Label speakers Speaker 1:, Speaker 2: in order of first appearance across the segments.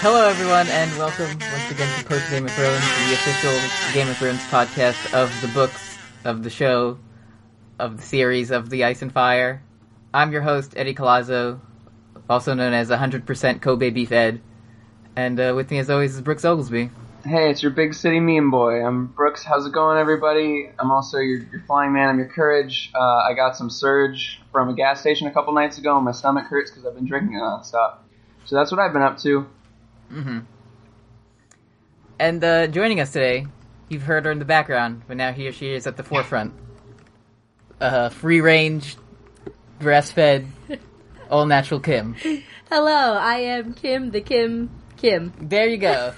Speaker 1: Hello, everyone, and welcome once again to Post Game of Thrones, the official Game of Thrones podcast of the books, of the show, of the series, of the Ice and Fire. I'm your host, Eddie Colazzo, also known as 100% Kobe Beef Ed, and uh, with me, as always, is Brooks Oglesby.
Speaker 2: Hey, it's your big city meme boy. I'm Brooks. How's it going, everybody? I'm also your, your flying man. I'm your courage. Uh, I got some surge from a gas station a couple nights ago, and my stomach hurts because I've been drinking it nonstop. So that's what I've been up to.
Speaker 1: And uh, joining us today, you've heard her in the background, but now he or she is at the forefront. Uh, free range, breastfed, all natural Kim.
Speaker 3: Hello, I am Kim the Kim Kim.
Speaker 1: There you go.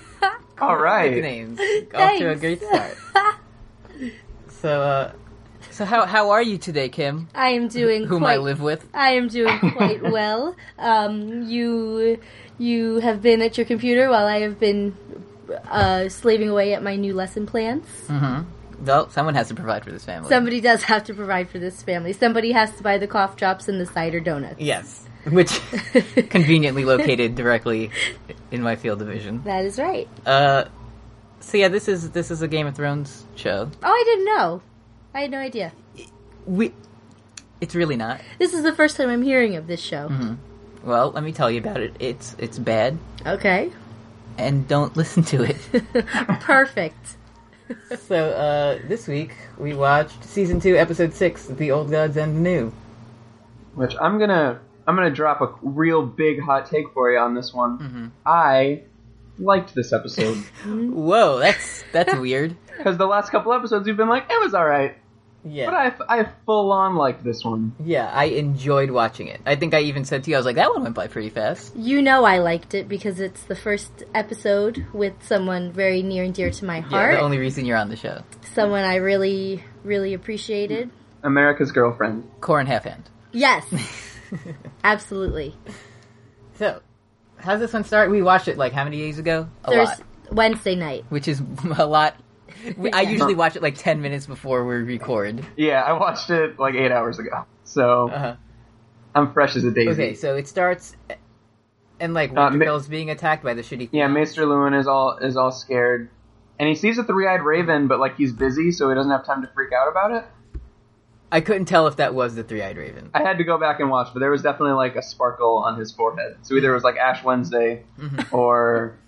Speaker 2: All
Speaker 1: Good
Speaker 2: right.
Speaker 1: names. Off to a
Speaker 3: Thanks.
Speaker 1: great start. So, uh, so how how are you today, Kim?
Speaker 3: I am doing
Speaker 1: Whom
Speaker 3: quite
Speaker 1: I live with.
Speaker 3: I am doing quite well. Um you you have been at your computer while I have been uh, slaving away at my new lesson plans.
Speaker 1: Hmm. Well, someone has to provide for this family.
Speaker 3: Somebody does have to provide for this family. Somebody has to buy the cough drops and the cider donuts.
Speaker 1: Yes, which conveniently located directly in my field of vision.
Speaker 3: That is right.
Speaker 1: Uh, so yeah, this is this is a Game of Thrones show.
Speaker 3: Oh, I didn't know. I had no idea.
Speaker 1: We, it's really not.
Speaker 3: This is the first time I'm hearing of this show.
Speaker 1: Well, let me tell you about it. It's it's bad,
Speaker 3: Okay.
Speaker 1: and don't listen to it.
Speaker 3: Perfect.
Speaker 1: so uh, this week we watched season two, episode six, "The Old Gods and the New."
Speaker 2: Which I'm gonna I'm gonna drop a real big hot take for you on this one. I liked this episode
Speaker 1: Whoa, that's that's weird.
Speaker 2: because the last couple episodes you've been like it was all right,
Speaker 1: Yeah,
Speaker 2: but I, I full on liked this one.
Speaker 1: yeah, I enjoyed watching it. I think I even said to you, I was like, that one went by pretty fast.
Speaker 3: You know I liked it because it's the first episode with someone very near and dear to my
Speaker 1: Yeah,
Speaker 3: heart.
Speaker 1: the only reason you're on the show,
Speaker 3: someone I really, really appreciated.
Speaker 2: America's Girlfriend.
Speaker 1: Corin Halfhand.
Speaker 3: Yes. Absolutely.
Speaker 1: So, how's this one start? We watched it like how many days ago? A lot,
Speaker 3: Wednesday night.
Speaker 1: which is a lot. We- I usually watch it like ten minutes before we record.
Speaker 2: Yeah, I watched it like eight hours ago, so
Speaker 1: Uh-huh.
Speaker 2: I'm fresh as a daisy.
Speaker 1: Okay, so it starts, and like
Speaker 2: Uh, ma-
Speaker 1: Winterfell's being attacked by the shitty.
Speaker 2: Yeah, Maester Lewin is all is all scared, and he sees a three eyed raven, but like he's busy, so he doesn't have time to freak out about it.
Speaker 1: I couldn't tell if that was the three-eyed raven.
Speaker 2: I had to go back and watch, but there was definitely like a sparkle on his forehead. So either it was like Ash Wednesday,
Speaker 1: Mm-hmm.
Speaker 2: or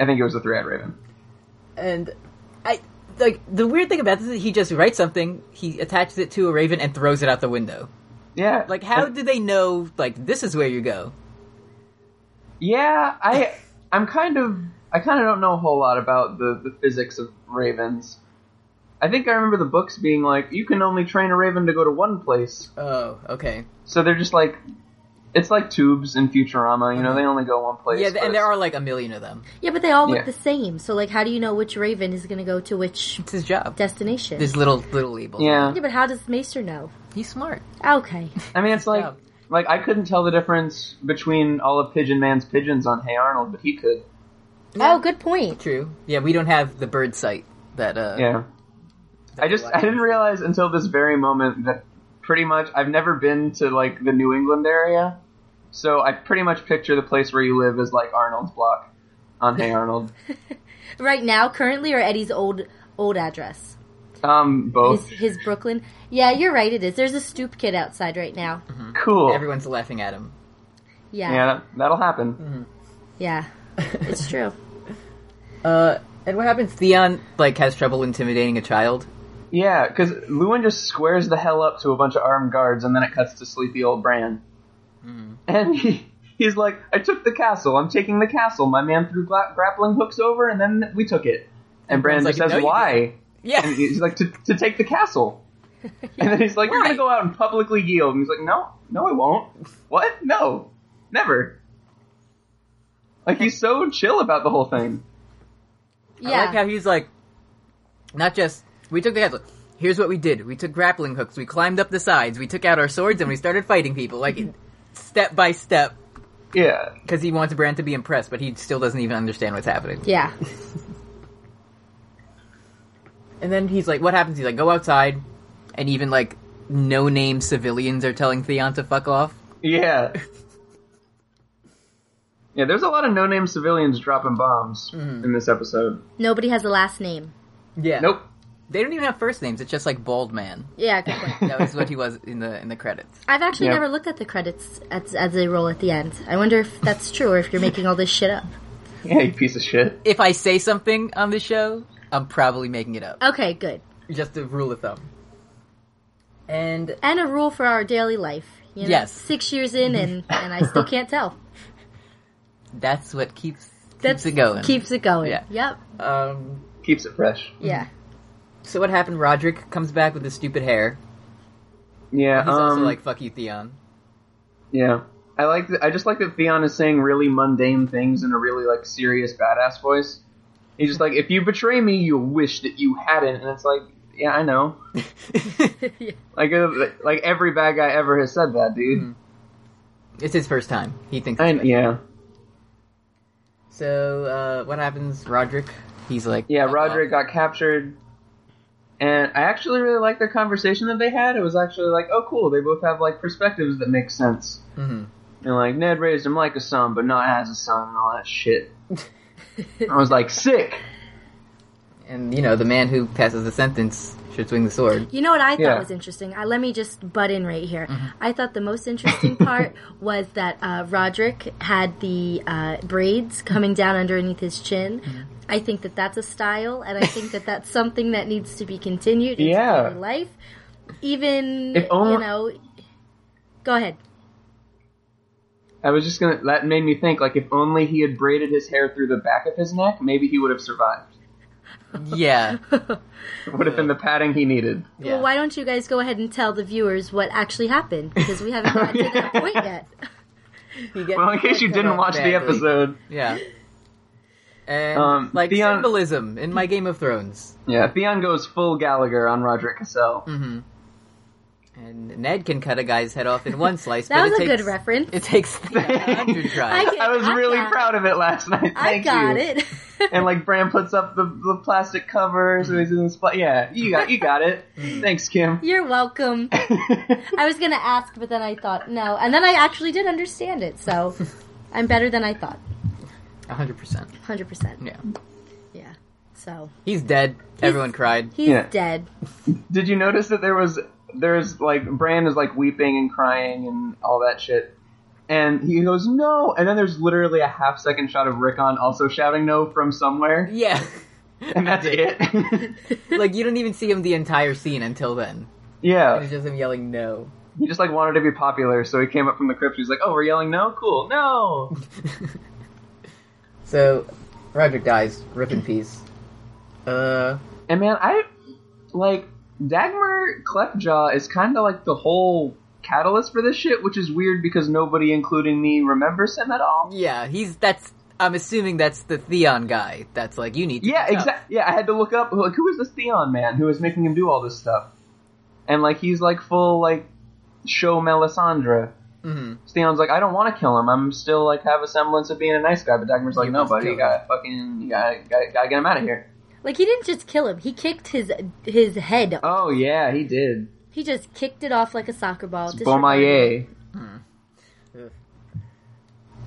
Speaker 2: I think it was the three eyed raven.
Speaker 1: and I like the weird thing about this is he just writes something, he attaches it to a raven and throws it out the window.
Speaker 2: Yeah,
Speaker 1: Like, how do they know? Like, this is where you go.
Speaker 2: Yeah, I I'm kind of I kind of don't know a whole lot about the the physics of ravens. I think I remember the books being like you can only train a raven to go to one place,
Speaker 1: Oh, okay.
Speaker 2: so they're just like it's like tubes in Futurama. You know, they only go one place.
Speaker 1: Yeah,
Speaker 2: but
Speaker 1: and there are like a million of them.
Speaker 3: Yeah, but they all look
Speaker 2: Yeah.
Speaker 3: the same. So, like, how do you know which raven is going to go to which
Speaker 1: It's his job.
Speaker 3: destination?
Speaker 1: This little little label.
Speaker 2: Yeah,
Speaker 3: yeah, but how does Maester know?
Speaker 1: he's smart.
Speaker 3: Okay.
Speaker 2: I mean it's like
Speaker 1: job.
Speaker 2: like I couldn't tell the difference between all of Pigeon Man's pigeons on Hey Arnold, but he could.
Speaker 3: Oh, good point.
Speaker 1: True. Yeah, we don't have the bird sight that. uh
Speaker 2: Yeah. I just I didn't realize until this very moment that pretty much I've never been to like the New England area, so I pretty much picture the place where you live as like Arnold's block on Hey Arnold.
Speaker 3: Right now, currently, or Eddie's old old address?
Speaker 2: Um,
Speaker 1: Oh.
Speaker 3: His,
Speaker 2: both
Speaker 3: his Brooklyn. Yeah, you're right. It is. There's a stoop kid outside right now.
Speaker 1: Mm-hmm.
Speaker 2: cool.
Speaker 1: Everyone's laughing at him.
Speaker 3: Yeah.
Speaker 2: yeah,
Speaker 3: Yeah.
Speaker 2: that, that'll happen.
Speaker 3: It's true.
Speaker 1: Uh, and what happens? Theon like has trouble intimidating a child.
Speaker 2: Yeah, because Lewin just squares the hell up to a bunch of armed guards, and then it cuts to sleepy old Bran,
Speaker 1: Hmm.
Speaker 2: and he. He's like, I took the castle. I'm taking the castle. My man threw gla- grappling hooks over, and then we took it. And Bran
Speaker 1: Bran's
Speaker 2: just
Speaker 1: like, "No,
Speaker 2: says,
Speaker 1: you
Speaker 2: "Why?"
Speaker 1: Yeah.
Speaker 2: And he's like, to, to take the castle. And then he's like, you're
Speaker 1: Why?
Speaker 2: going to go out and publicly yield. And he's like, no, no, I won't. What? No, never. Like, he's so chill about the whole thing.
Speaker 3: Yeah.
Speaker 1: I like how he's like, not just we took the castle. Here's what we did: we took grappling hooks, we climbed up the sides, we took out our swords, and we started fighting people like step by step.
Speaker 2: Yeah.
Speaker 1: Because he wants Bran to be impressed, but he still doesn't even understand what's happening.
Speaker 3: yeah.
Speaker 1: And then he's like, "What happens?" He's like, "Go outside," and even like no-name civilians are telling Theon to fuck off.
Speaker 2: Yeah. Yeah, there's a lot of no-name civilians dropping bombs
Speaker 1: Mhm.
Speaker 2: in this episode.
Speaker 3: Nobody has a last name.
Speaker 1: Yeah.
Speaker 2: Mm-hmm. Nope.
Speaker 1: They don't even have first names. It's just like Bald Man.
Speaker 3: Yeah, good point.
Speaker 1: That was what he was in the in the credits.
Speaker 3: I've actually
Speaker 2: Yeah.
Speaker 3: never looked at the credits as, as they roll at the end. I wonder if that's true or if you're making all this shit up.
Speaker 2: Yeah, you piece of shit.
Speaker 1: If I say something on the show, I'm probably making it up.
Speaker 3: Okay, good.
Speaker 1: Just a rule of thumb. And
Speaker 3: And a rule for our daily life. You know,
Speaker 1: Yes.
Speaker 3: Six years in, and, and I still can't tell.
Speaker 1: that's what keeps
Speaker 3: That's,
Speaker 1: keeps it going.
Speaker 3: Keeps it going.
Speaker 1: Yeah.
Speaker 3: Yep.
Speaker 1: um,
Speaker 2: Keeps it fresh.
Speaker 3: Yeah.
Speaker 1: so what happened? Roderick comes back with his stupid hair.
Speaker 2: Yeah.
Speaker 1: He's
Speaker 2: um,
Speaker 1: also like, "Fuck you, Theon."
Speaker 2: Yeah. I like. That, I just like that Theon is saying really mundane things in a really like serious badass voice. He's just like, if you betray me, you wish that you hadn't, and it's like, yeah, I know.
Speaker 1: Mm-hmm.
Speaker 3: Yeah.
Speaker 2: Like, uh, like every bad guy ever has said that, dude.
Speaker 1: It's his first time. He thinks.
Speaker 2: I,
Speaker 1: it's bad.
Speaker 2: yeah.
Speaker 1: So uh, what happens? Roderick. He's like,
Speaker 2: Yeah,
Speaker 1: "Fuck
Speaker 2: Roderick
Speaker 1: off."
Speaker 3: uh,
Speaker 2: got captured. And I actually really liked their conversation that they had. It was actually like, oh, cool. They both have like perspectives that make sense.
Speaker 1: Mhm.
Speaker 2: And like Ned raised him like a son, but not as a son, and all that shit. I was like, sick.
Speaker 1: And you know, the man who passes the sentence should swing the sword.
Speaker 3: You know what I thought
Speaker 2: Yeah. Mm-hmm.
Speaker 3: was interesting? I, let me just butt in right here. I thought the most interesting part was that uh, Roderick had the uh, braids coming down underneath his chin.
Speaker 2: Mm-hmm.
Speaker 3: I think that that's a style, and I think that that's something that needs to be continued in
Speaker 2: Yeah.
Speaker 3: daily life. Even
Speaker 2: If only-
Speaker 3: you know, go ahead.
Speaker 2: I was just gonna. That made me think. Like, if only he had braided his hair through the back of his neck, maybe he would have survived.
Speaker 1: Yeah.
Speaker 2: It would have been the padding he needed.
Speaker 1: yeah.
Speaker 3: Well, why don't you guys go ahead and tell the viewers what actually happened because we haven't gotten to that point yet.
Speaker 1: He gets-
Speaker 2: Well, in case you
Speaker 1: cut
Speaker 2: didn't
Speaker 1: off
Speaker 2: watch the
Speaker 1: badly.
Speaker 2: episode,
Speaker 1: Yeah. And
Speaker 2: Um,
Speaker 1: like
Speaker 2: Theon-
Speaker 1: symbolism in my Game of Thrones.
Speaker 2: yeah, Theon goes full Gallagher on Roderick Cassell.
Speaker 3: Hmm.
Speaker 1: Mm-hmm. And Ned can cut a guy's head off in one slice.
Speaker 3: That
Speaker 1: but
Speaker 3: was
Speaker 1: it
Speaker 3: a
Speaker 1: takes,
Speaker 3: good reference.
Speaker 1: It takes a hundred tries.
Speaker 3: I
Speaker 2: I was
Speaker 3: I
Speaker 2: really
Speaker 3: got it.
Speaker 2: proud of it last night.
Speaker 3: I
Speaker 2: Thank you.
Speaker 3: got it.
Speaker 2: and like Bran puts up the, the plastic cover, so he's in the spot. Yeah, you got you got it. Thanks, Kim.
Speaker 3: You're welcome. I was gonna ask, but then I thought no, and then I actually did understand it. So I'm better than I thought,
Speaker 1: A hundred percent.
Speaker 3: hundred percent.
Speaker 1: Yeah.
Speaker 3: Yeah. So
Speaker 1: He's dead. Everyone cried.
Speaker 3: Mm. he's
Speaker 2: Yeah.
Speaker 3: dead.
Speaker 2: Did you notice that there was there's like Bran is like weeping and crying and all that shit, and he goes no, and then there's literally a half second shot of Rickon also shouting no from somewhere,
Speaker 1: Yeah.
Speaker 2: and that's it.
Speaker 1: like you don't even see him the entire scene until then.
Speaker 2: yeah,
Speaker 1: It's just him yelling no.
Speaker 2: he just like wanted to be popular, so he came up from the crypt. He's like, oh, we're yelling no, cool, no.
Speaker 1: So Roger dies. Rip in peace. Uh.
Speaker 2: And man, I like Dagmar Clefjaw is kind of like the whole catalyst for this shit, which is weird because nobody, including me, remembers him at all.
Speaker 1: Yeah. He's that's. I'm assuming that's the Theon guy. That's like you need. To
Speaker 2: Yeah,
Speaker 1: pick up.
Speaker 2: exactly. Yeah, I had to look up like who is this Theon man who is making him do all this stuff, and like he's like full like show Melisandre. Mm-hmm.
Speaker 1: Mhm.
Speaker 2: Theon's like, I don't want to kill him. I'm still like have a semblance of being a nice guy, but Dagmar's like,
Speaker 1: You
Speaker 2: no,
Speaker 1: must
Speaker 2: buddy,
Speaker 1: kill
Speaker 2: you
Speaker 1: him."
Speaker 2: gotta fucking, you gotta, gotta, gotta get him out of here.
Speaker 3: Like he didn't just kill him; he kicked his his head.
Speaker 2: Oh yeah, he did.
Speaker 3: He just kicked it off like a soccer ball. Just-
Speaker 2: Beaumaye.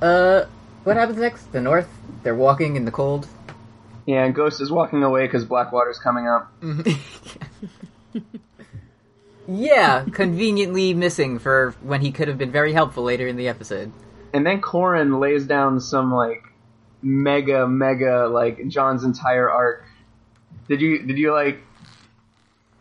Speaker 1: Uh, what happens next? The North. They're walking in the cold.
Speaker 2: Yeah, and Ghost is walking away because Blackwater's coming up.
Speaker 1: Mm-hmm. yeah, conveniently missing for when he could have been very helpful later in the episode.
Speaker 2: And then Corin lays down some like mega mega like John's entire arc. Did you did you like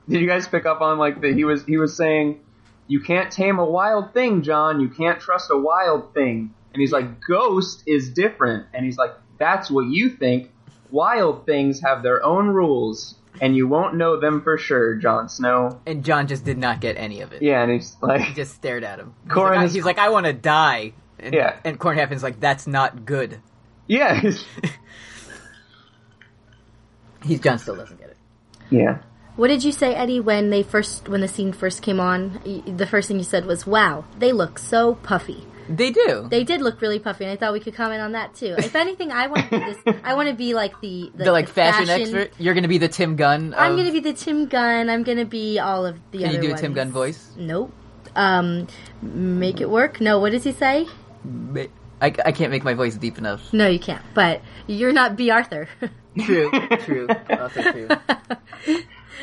Speaker 2: did you guys pick up on like that he was he was saying you can't tame a wild thing, John. You can't trust a wild thing. And he's like ghost is different. And he's like that's what you think. Wild things have their own rules and you won't know them for sure, Jon Snow.
Speaker 1: And John just did not get any of it.
Speaker 2: Yeah, and he's
Speaker 1: He
Speaker 2: like
Speaker 1: just stared at him. He's
Speaker 2: Corin
Speaker 1: like, I,
Speaker 2: is-
Speaker 1: he's like, I want to die. And,
Speaker 2: Yeah.
Speaker 1: And Corn happens like, that's not good.
Speaker 2: yeah, he's-
Speaker 1: He's John still doesn't get it.
Speaker 2: yeah.
Speaker 3: What did you say, Eddie, when they first when the scene first came on? Y- The first thing you said was, "Wow, they look so puffy."
Speaker 1: They do.
Speaker 3: They did look really puffy, and I thought we could comment on that too. If anything, I want to be this. I want to be like the the,
Speaker 1: the like
Speaker 3: the
Speaker 1: fashion, expert. You're gonna be the Tim Gunn. Of,
Speaker 3: I'm gonna be the Tim Gunn. I'm gonna be all of the.
Speaker 1: Can
Speaker 3: other
Speaker 1: you do a
Speaker 3: ones.
Speaker 1: Tim Gunn voice?
Speaker 3: Nope. Um, make it work. No. What does he say?
Speaker 1: Ma- I, I can't make my voice deep enough.
Speaker 3: No, you can't. But you're not B. Arthur.
Speaker 1: True, true, also true.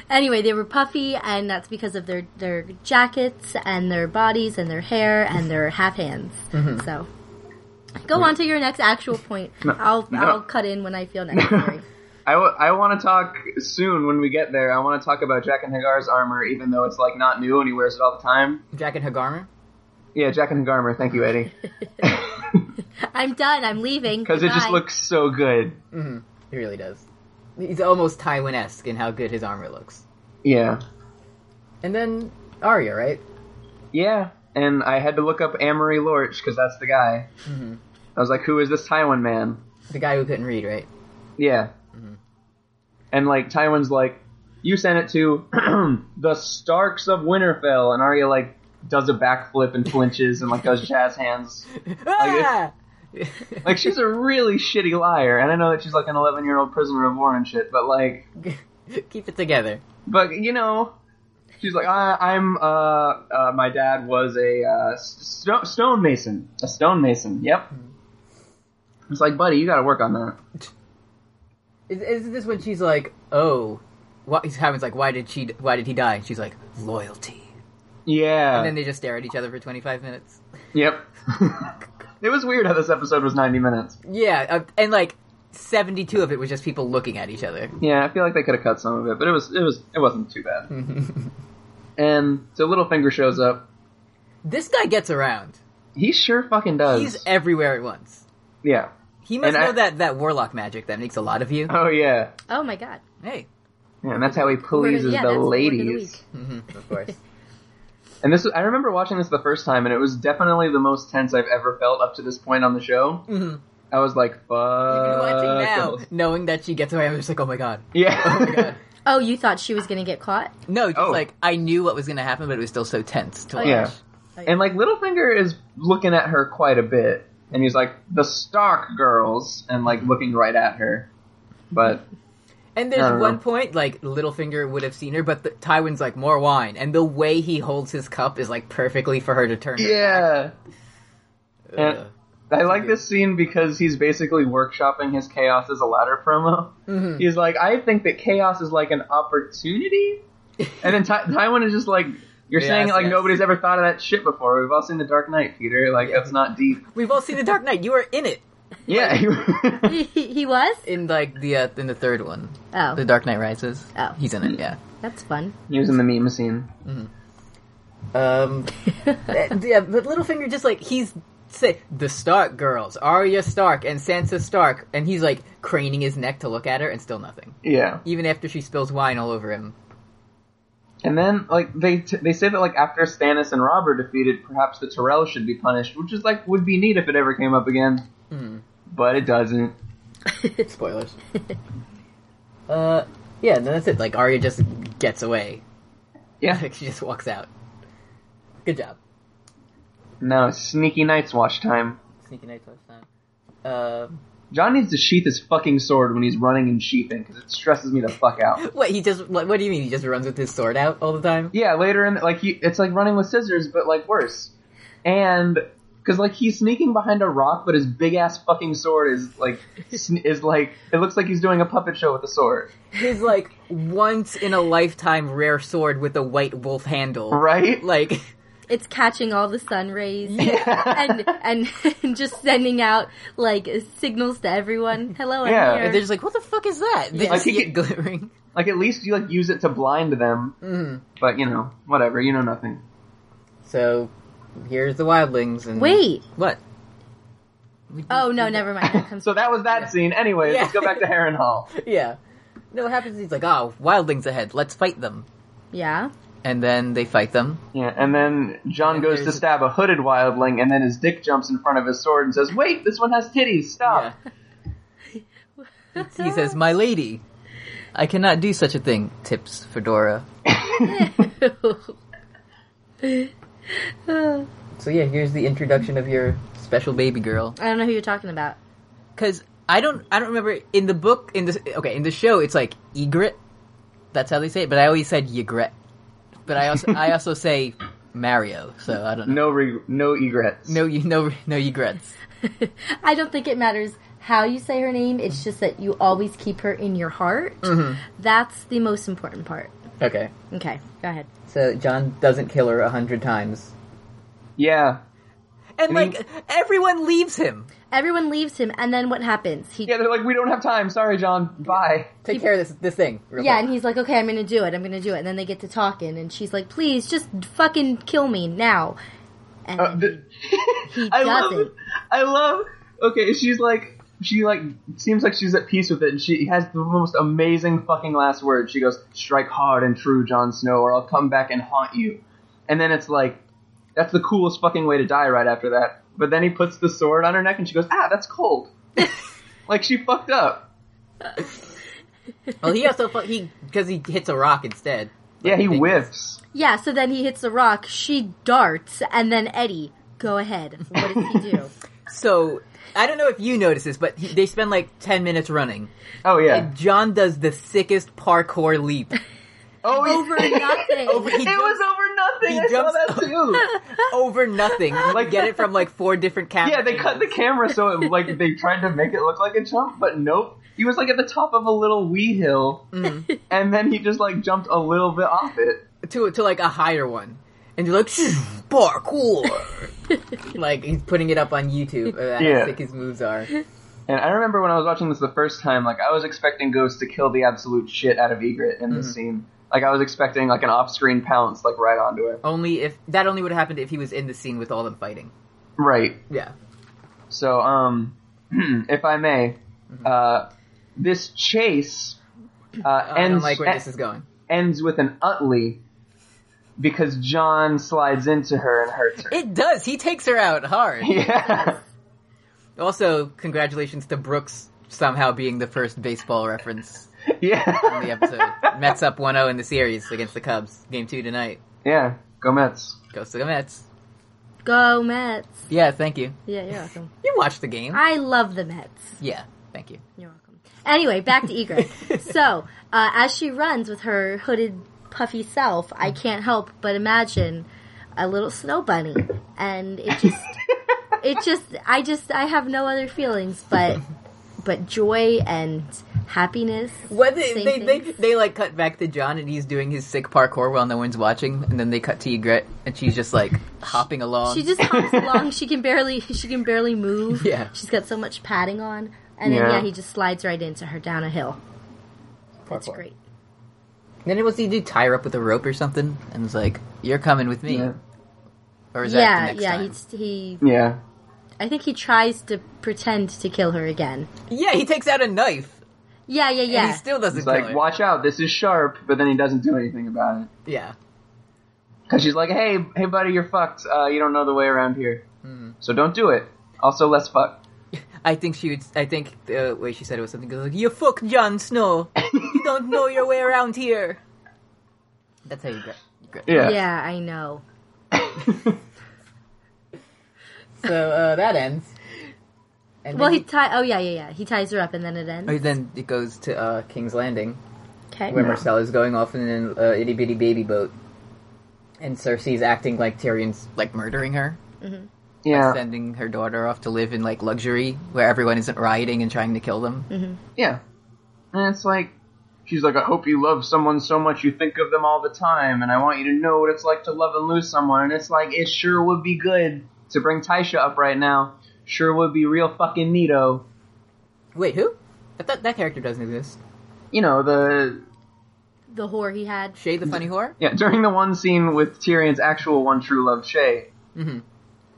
Speaker 3: anyway, they were puffy, and that's because of their their jackets and their bodies and their hair and their half hands.
Speaker 1: Mm-hmm.
Speaker 3: So, go on to your next actual point. I'll
Speaker 2: no.
Speaker 3: I'll cut in when I feel necessary.
Speaker 2: I, w- I want to talk soon when we get there. I want to talk about Jack and Hagar's armor, even though it's like not new and he wears it all the time.
Speaker 1: Jack and Hagarmer.
Speaker 2: Yeah, Jack and Hagar armor. Thank you, Eddie,
Speaker 3: I'm done. I'm leaving
Speaker 2: because it just
Speaker 3: Goodbye.
Speaker 2: looks so good.
Speaker 1: Mm-hmm. He really does. He's almost Tywin esque in how good his armor looks.
Speaker 2: Yeah,
Speaker 1: And then Arya, right?
Speaker 2: yeah. And I had to look up Amory Lorch because that's the guy. I was like, who is this Tywin man?
Speaker 1: The guy who couldn't read, right?
Speaker 2: Yeah. And like Tywin's like, you sent it to the Starks of Winterfell, and Arya like does a backflip and flinches and like does jazz hands.
Speaker 1: Ah!
Speaker 2: Like she's a really shitty liar, and I know that she's like an eleven year old prisoner of war and shit, but like,
Speaker 1: Ah! Keep it together.
Speaker 2: but you know. She's like, I, I'm, uh, uh, my dad was a, uh, sto- stonemason. A stonemason, yep.
Speaker 1: Hmm.
Speaker 2: It's like, buddy, you gotta work on that.
Speaker 1: Is, is this when she's like, "Oh, why, Tywin's like, why did she? Why did he die?" And she's like, "Loyalty."
Speaker 2: Yeah.
Speaker 1: And then they just stare at each other for twenty five minutes.
Speaker 2: Yep. it was weird how this episode was 90 minutes.
Speaker 1: Yeah, uh, and like seventy two of it was just people looking at each other.
Speaker 2: Yeah, I feel like they could have cut some of it, but it was it was it wasn't too bad. and so Littlefinger shows up.
Speaker 1: This guy gets around.
Speaker 2: He sure fucking does.
Speaker 1: He's e- everywhere at once.
Speaker 2: yeah.
Speaker 1: He must
Speaker 2: And I-
Speaker 1: know that that warlock magic that makes a lot of you.
Speaker 2: Oh yeah.
Speaker 3: Oh my god.
Speaker 1: Hey,
Speaker 2: Yeah, and that's how he
Speaker 3: Word of-
Speaker 2: pleases
Speaker 3: yeah,
Speaker 2: the
Speaker 3: that's word of
Speaker 2: ladies.
Speaker 3: week.
Speaker 1: of course.
Speaker 2: and this I remember watching this the first time and it was definitely the most tense I've ever felt up to this point on the show.
Speaker 3: Mm-hmm.
Speaker 1: Mhm.
Speaker 2: I was like, fuck.
Speaker 1: You're
Speaker 2: Uh,
Speaker 1: watching now, knowing that she gets away. I'm just like, oh my god.
Speaker 2: Yeah.
Speaker 1: Oh my god.
Speaker 3: Oh, you thought she was going to get caught?
Speaker 1: No, just
Speaker 2: Oh.
Speaker 1: like I knew what was going to happen, but it was still so tense to
Speaker 3: Oh,
Speaker 1: watch.
Speaker 3: yeah.
Speaker 2: Yeah. And like Littlefinger is looking at her quite a bit, and he's like the Stark girls, and like looking right at her. But
Speaker 1: And
Speaker 2: I
Speaker 1: there's
Speaker 2: don't
Speaker 1: one
Speaker 2: know.
Speaker 1: point like Littlefinger would have seen her, but the, Tywin's like more wine, and the way he holds his cup is like perfectly for her to turn. her
Speaker 2: yeah,
Speaker 1: back.
Speaker 2: and
Speaker 1: Ugh.
Speaker 2: I like this scene because he's basically workshopping his chaos as a ladder promo. He's like, I think that chaos is like an opportunity, and then Ty- Tywin is just like. You're
Speaker 1: Yes,
Speaker 2: saying it like
Speaker 1: yes.
Speaker 2: nobody's ever thought of that shit before. We've all seen The Dark Knight, Peter. Like that's not deep.
Speaker 1: We've all seen The Dark Knight. You are in it
Speaker 2: Yeah.
Speaker 3: he, he he was?
Speaker 1: in like the uh, in the third one,
Speaker 3: Oh.
Speaker 1: The Dark Knight Rises.
Speaker 3: Oh.
Speaker 1: he's in it. Yeah.
Speaker 3: That's fun.
Speaker 2: he was in the meme scene.
Speaker 1: Um, th- yeah, but Littlefinger just like he's say the Stark girls, Arya Stark and Sansa Stark, and he's like craning his neck to look at her, and still nothing.
Speaker 2: Yeah.
Speaker 1: Even after she spills wine all over him.
Speaker 2: And then, like they t- they say that like after Stannis and Rob are defeated, perhaps the Tyrell should be punished, which is like would be neat if it ever came up again, but it doesn't.
Speaker 1: Spoilers. uh, yeah, and then that's it. Like Arya just gets away.
Speaker 2: Yeah,
Speaker 1: Like she just walks out. Good job.
Speaker 2: no sneaky Night's Watch time.
Speaker 1: Sneaking night last time. Uh,
Speaker 2: John needs to sheath his fucking sword when he's running and sheathing because it stresses me the fuck out.
Speaker 1: what he just? What, what do you mean? He just runs with his sword out all the time?
Speaker 2: Yeah, later in like he it's like running with scissors, but like worse, and because like he's sneaking behind a rock, but his big ass fucking sword is like sn- is like it looks like he's doing a puppet show with a sword,
Speaker 1: His like once in a lifetime rare sword with a white wolf handle.
Speaker 2: right?
Speaker 1: Like.
Speaker 3: It's catching all the sun rays and, and just sending out like signals to everyone. Hello, I'm
Speaker 2: Yeah.
Speaker 1: And
Speaker 3: here.
Speaker 1: they're just like, what the fuck is that? They
Speaker 3: Yeah.
Speaker 1: just
Speaker 2: Like,
Speaker 1: see
Speaker 2: he-
Speaker 1: it glittering.
Speaker 2: Like at least you like use it to blind them. But you know, whatever. You know nothing.
Speaker 1: So, here's the wildlings and...
Speaker 3: Wait.
Speaker 1: What?
Speaker 3: Oh no, never mind. That comes
Speaker 2: So that was that scene. Anyway, let's go back to Heron Hall.
Speaker 1: Yeah. No, what happens is he's like, oh, wildlings ahead, let's fight them.
Speaker 3: yeah.
Speaker 1: And then they fight them.
Speaker 2: Yeah, and then John
Speaker 1: And
Speaker 2: goes to
Speaker 1: there's-
Speaker 2: stab a hooded wildling, and then his dick jumps in front of his sword and says, "Wait, this one has titties. Stop."
Speaker 1: He says, my lady, I cannot do such a thing. Tips Fedora.
Speaker 3: I
Speaker 1: So yeah, here's the introduction of your special baby girl.
Speaker 3: don't know who you're talking about.
Speaker 1: Because I don't, I don't remember, in the book, in the, okay, in the show, it's like egret. That's how they say it, but I always said egret. But I also, I also say Mario, so I don't know.
Speaker 2: No, re- no egrets.
Speaker 1: No, you no no regrets.
Speaker 3: I don't think it matters how you say her name. It's just that you always keep her in your heart. That's the most important part.
Speaker 1: Okay,
Speaker 3: Okay, go ahead.
Speaker 1: so John doesn't kill her a hundred times,
Speaker 2: Yeah.
Speaker 1: and
Speaker 2: I mean-
Speaker 1: like everyone leaves him.
Speaker 3: Everyone leaves him, and then what happens? He
Speaker 2: Yeah, they're like, we don't have time. Sorry, John. Bye.
Speaker 1: Take care of this this thing. Real
Speaker 3: Yeah,
Speaker 1: quick.
Speaker 3: and he's like, okay, I'm gonna do it, I'm gonna do it. And then they get to talking, and she's like, please, just fucking kill me now. And
Speaker 2: Uh,
Speaker 3: then
Speaker 2: th-
Speaker 3: he, he
Speaker 2: I
Speaker 3: doesn't.
Speaker 2: love. I love. Okay, she's like. She like seems like she's at peace with it, and she has the most amazing fucking last word. She goes, "Strike hard and true, Jon Snow, or I'll come back and haunt you." And then it's like, that's the coolest fucking way to die. Right after that, but then he puts the sword on her neck, and she goes, "Ah, that's cold." like she fucked up.
Speaker 1: Well, he also fu- he because he hits a rock instead.
Speaker 2: Yeah, he
Speaker 1: Ridiculous.
Speaker 2: whiffs.
Speaker 3: Yeah, so then he hits the rock, she darts, and then Eddie, go ahead. What does he do?
Speaker 1: So I don't know if you notice this, but he, they spend like ten minutes running.
Speaker 2: Oh yeah.
Speaker 1: And John does the sickest parkour leap
Speaker 2: Oh, he-
Speaker 3: Over nothing.
Speaker 1: Over-
Speaker 2: it
Speaker 1: he
Speaker 2: was
Speaker 1: jumps-
Speaker 2: over nothing.
Speaker 1: he
Speaker 2: I saw
Speaker 1: jumps-
Speaker 2: that too.
Speaker 1: over nothing. Like get it from like four different cameras.
Speaker 2: Yeah, they cut the camera so it like they tried to make it look like a jump, but nope. He was like at the top of a little wee hill,
Speaker 1: Mm.
Speaker 2: and then he just like jumped a little bit off it.
Speaker 1: to to like a higher one, and you're like parkour. like he's putting it up on YouTube. Uh,
Speaker 2: Yeah.
Speaker 1: How sick his moves are.
Speaker 2: And I remember when I was watching this the first time, like I was expecting Ghost to kill the absolute shit out of Egret in
Speaker 1: Mm-hmm.
Speaker 2: this scene. Like I was expecting like an off-screen pounce like right onto her.
Speaker 1: Only if that only would have happened if he was in the scene with all them fighting.
Speaker 2: Right.
Speaker 1: Yeah.
Speaker 2: So um, if I may, uh, this chase uh,
Speaker 1: Mm-hmm. I don't
Speaker 2: ends
Speaker 1: like where
Speaker 2: e-
Speaker 1: this is going.
Speaker 2: ends with an Utley because John slides into her and hurts her.
Speaker 1: It does. He takes her out hard.
Speaker 2: Yeah.
Speaker 1: Also, congratulations to Brooks somehow being the first baseball reference
Speaker 2: Yeah.
Speaker 1: in the episode. Mets up 1-0 in the series against the Cubs. Game 2 tonight.
Speaker 2: Yeah. Go Mets.
Speaker 1: Go to the Mets.
Speaker 3: Go Mets.
Speaker 1: Yeah, thank you.
Speaker 3: Yeah, you're welcome.
Speaker 1: You watched the game.
Speaker 3: I love the Mets.
Speaker 1: Yeah, thank you.
Speaker 3: You're welcome. Anyway, back to Egret. so, uh, as she runs with her hooded, puffy self, I can't help but imagine a little snow bunny, and it just, it just, I just, I have no other feelings but, but joy and happiness.
Speaker 1: Well, they,
Speaker 3: Same
Speaker 1: they, they,
Speaker 3: things.
Speaker 1: they, like, cut back to John, and he's doing his sick parkour while no one's watching, and then they cut to Ygritte, and she's just, like, hopping along.
Speaker 3: She just hops along. She can barely, she can barely move.
Speaker 1: Yeah.
Speaker 3: she's got so much padding on, and then
Speaker 2: Yeah.
Speaker 3: yeah, he just slides right into her down a hill. That's
Speaker 1: Parkour.
Speaker 3: great.
Speaker 1: Then it was he do tie her up with a rope or something, and was like, "You're coming with me,"
Speaker 2: Yeah.
Speaker 1: or is that
Speaker 3: Yeah,
Speaker 1: the next
Speaker 3: yeah.
Speaker 1: time?
Speaker 3: He, he,
Speaker 2: Yeah.
Speaker 3: I think he tries to pretend to kill her again.
Speaker 1: Yeah, he takes out a knife,
Speaker 3: Yeah, yeah,
Speaker 1: and
Speaker 3: yeah.
Speaker 1: he still doesn't
Speaker 2: He's
Speaker 1: kill
Speaker 2: like,
Speaker 1: her.
Speaker 2: watch out, this is sharp, but then he doesn't do anything about it.
Speaker 1: Yeah,
Speaker 2: Because she's like, hey, hey, buddy, you're fucked. Uh, you don't know the way around here.
Speaker 1: Hmm.
Speaker 2: So don't do it. Also, less fuck.
Speaker 1: I think she would. I think the way she said it was something like, "You fuck Jon Snow. you don't know your way around here." That's how you get. You get.
Speaker 2: Yeah.
Speaker 3: Yeah, I know.
Speaker 1: So uh, that ends. And
Speaker 3: Well,
Speaker 1: then
Speaker 3: he tie. Oh, yeah, yeah, yeah. He ties her up, and then it ends.
Speaker 1: oh, then it goes to uh, King's Landing,
Speaker 3: Okay.
Speaker 1: where Marcella's going off in an uh, itty bitty baby boat, and Cersei's acting like Tyrion's like murdering her.
Speaker 2: Yeah.
Speaker 1: sending her daughter off to live in like luxury where everyone isn't rioting and trying to kill them.
Speaker 2: Yeah. And it's like, she's like, I hope you love someone so much you think of them all the time, and I want you to know what it's like to love and lose someone. And it's like, it sure would be good to bring Taisha up right now. Sure would be real fucking neato.
Speaker 1: Mm-hmm. Wait, who? I thought that character doesn't exist.
Speaker 2: You know, the
Speaker 3: The whore he had.
Speaker 1: Shay the funny whore?
Speaker 2: Yeah, during the one scene with Tyrion's actual one true love, Shay,
Speaker 1: Mhm.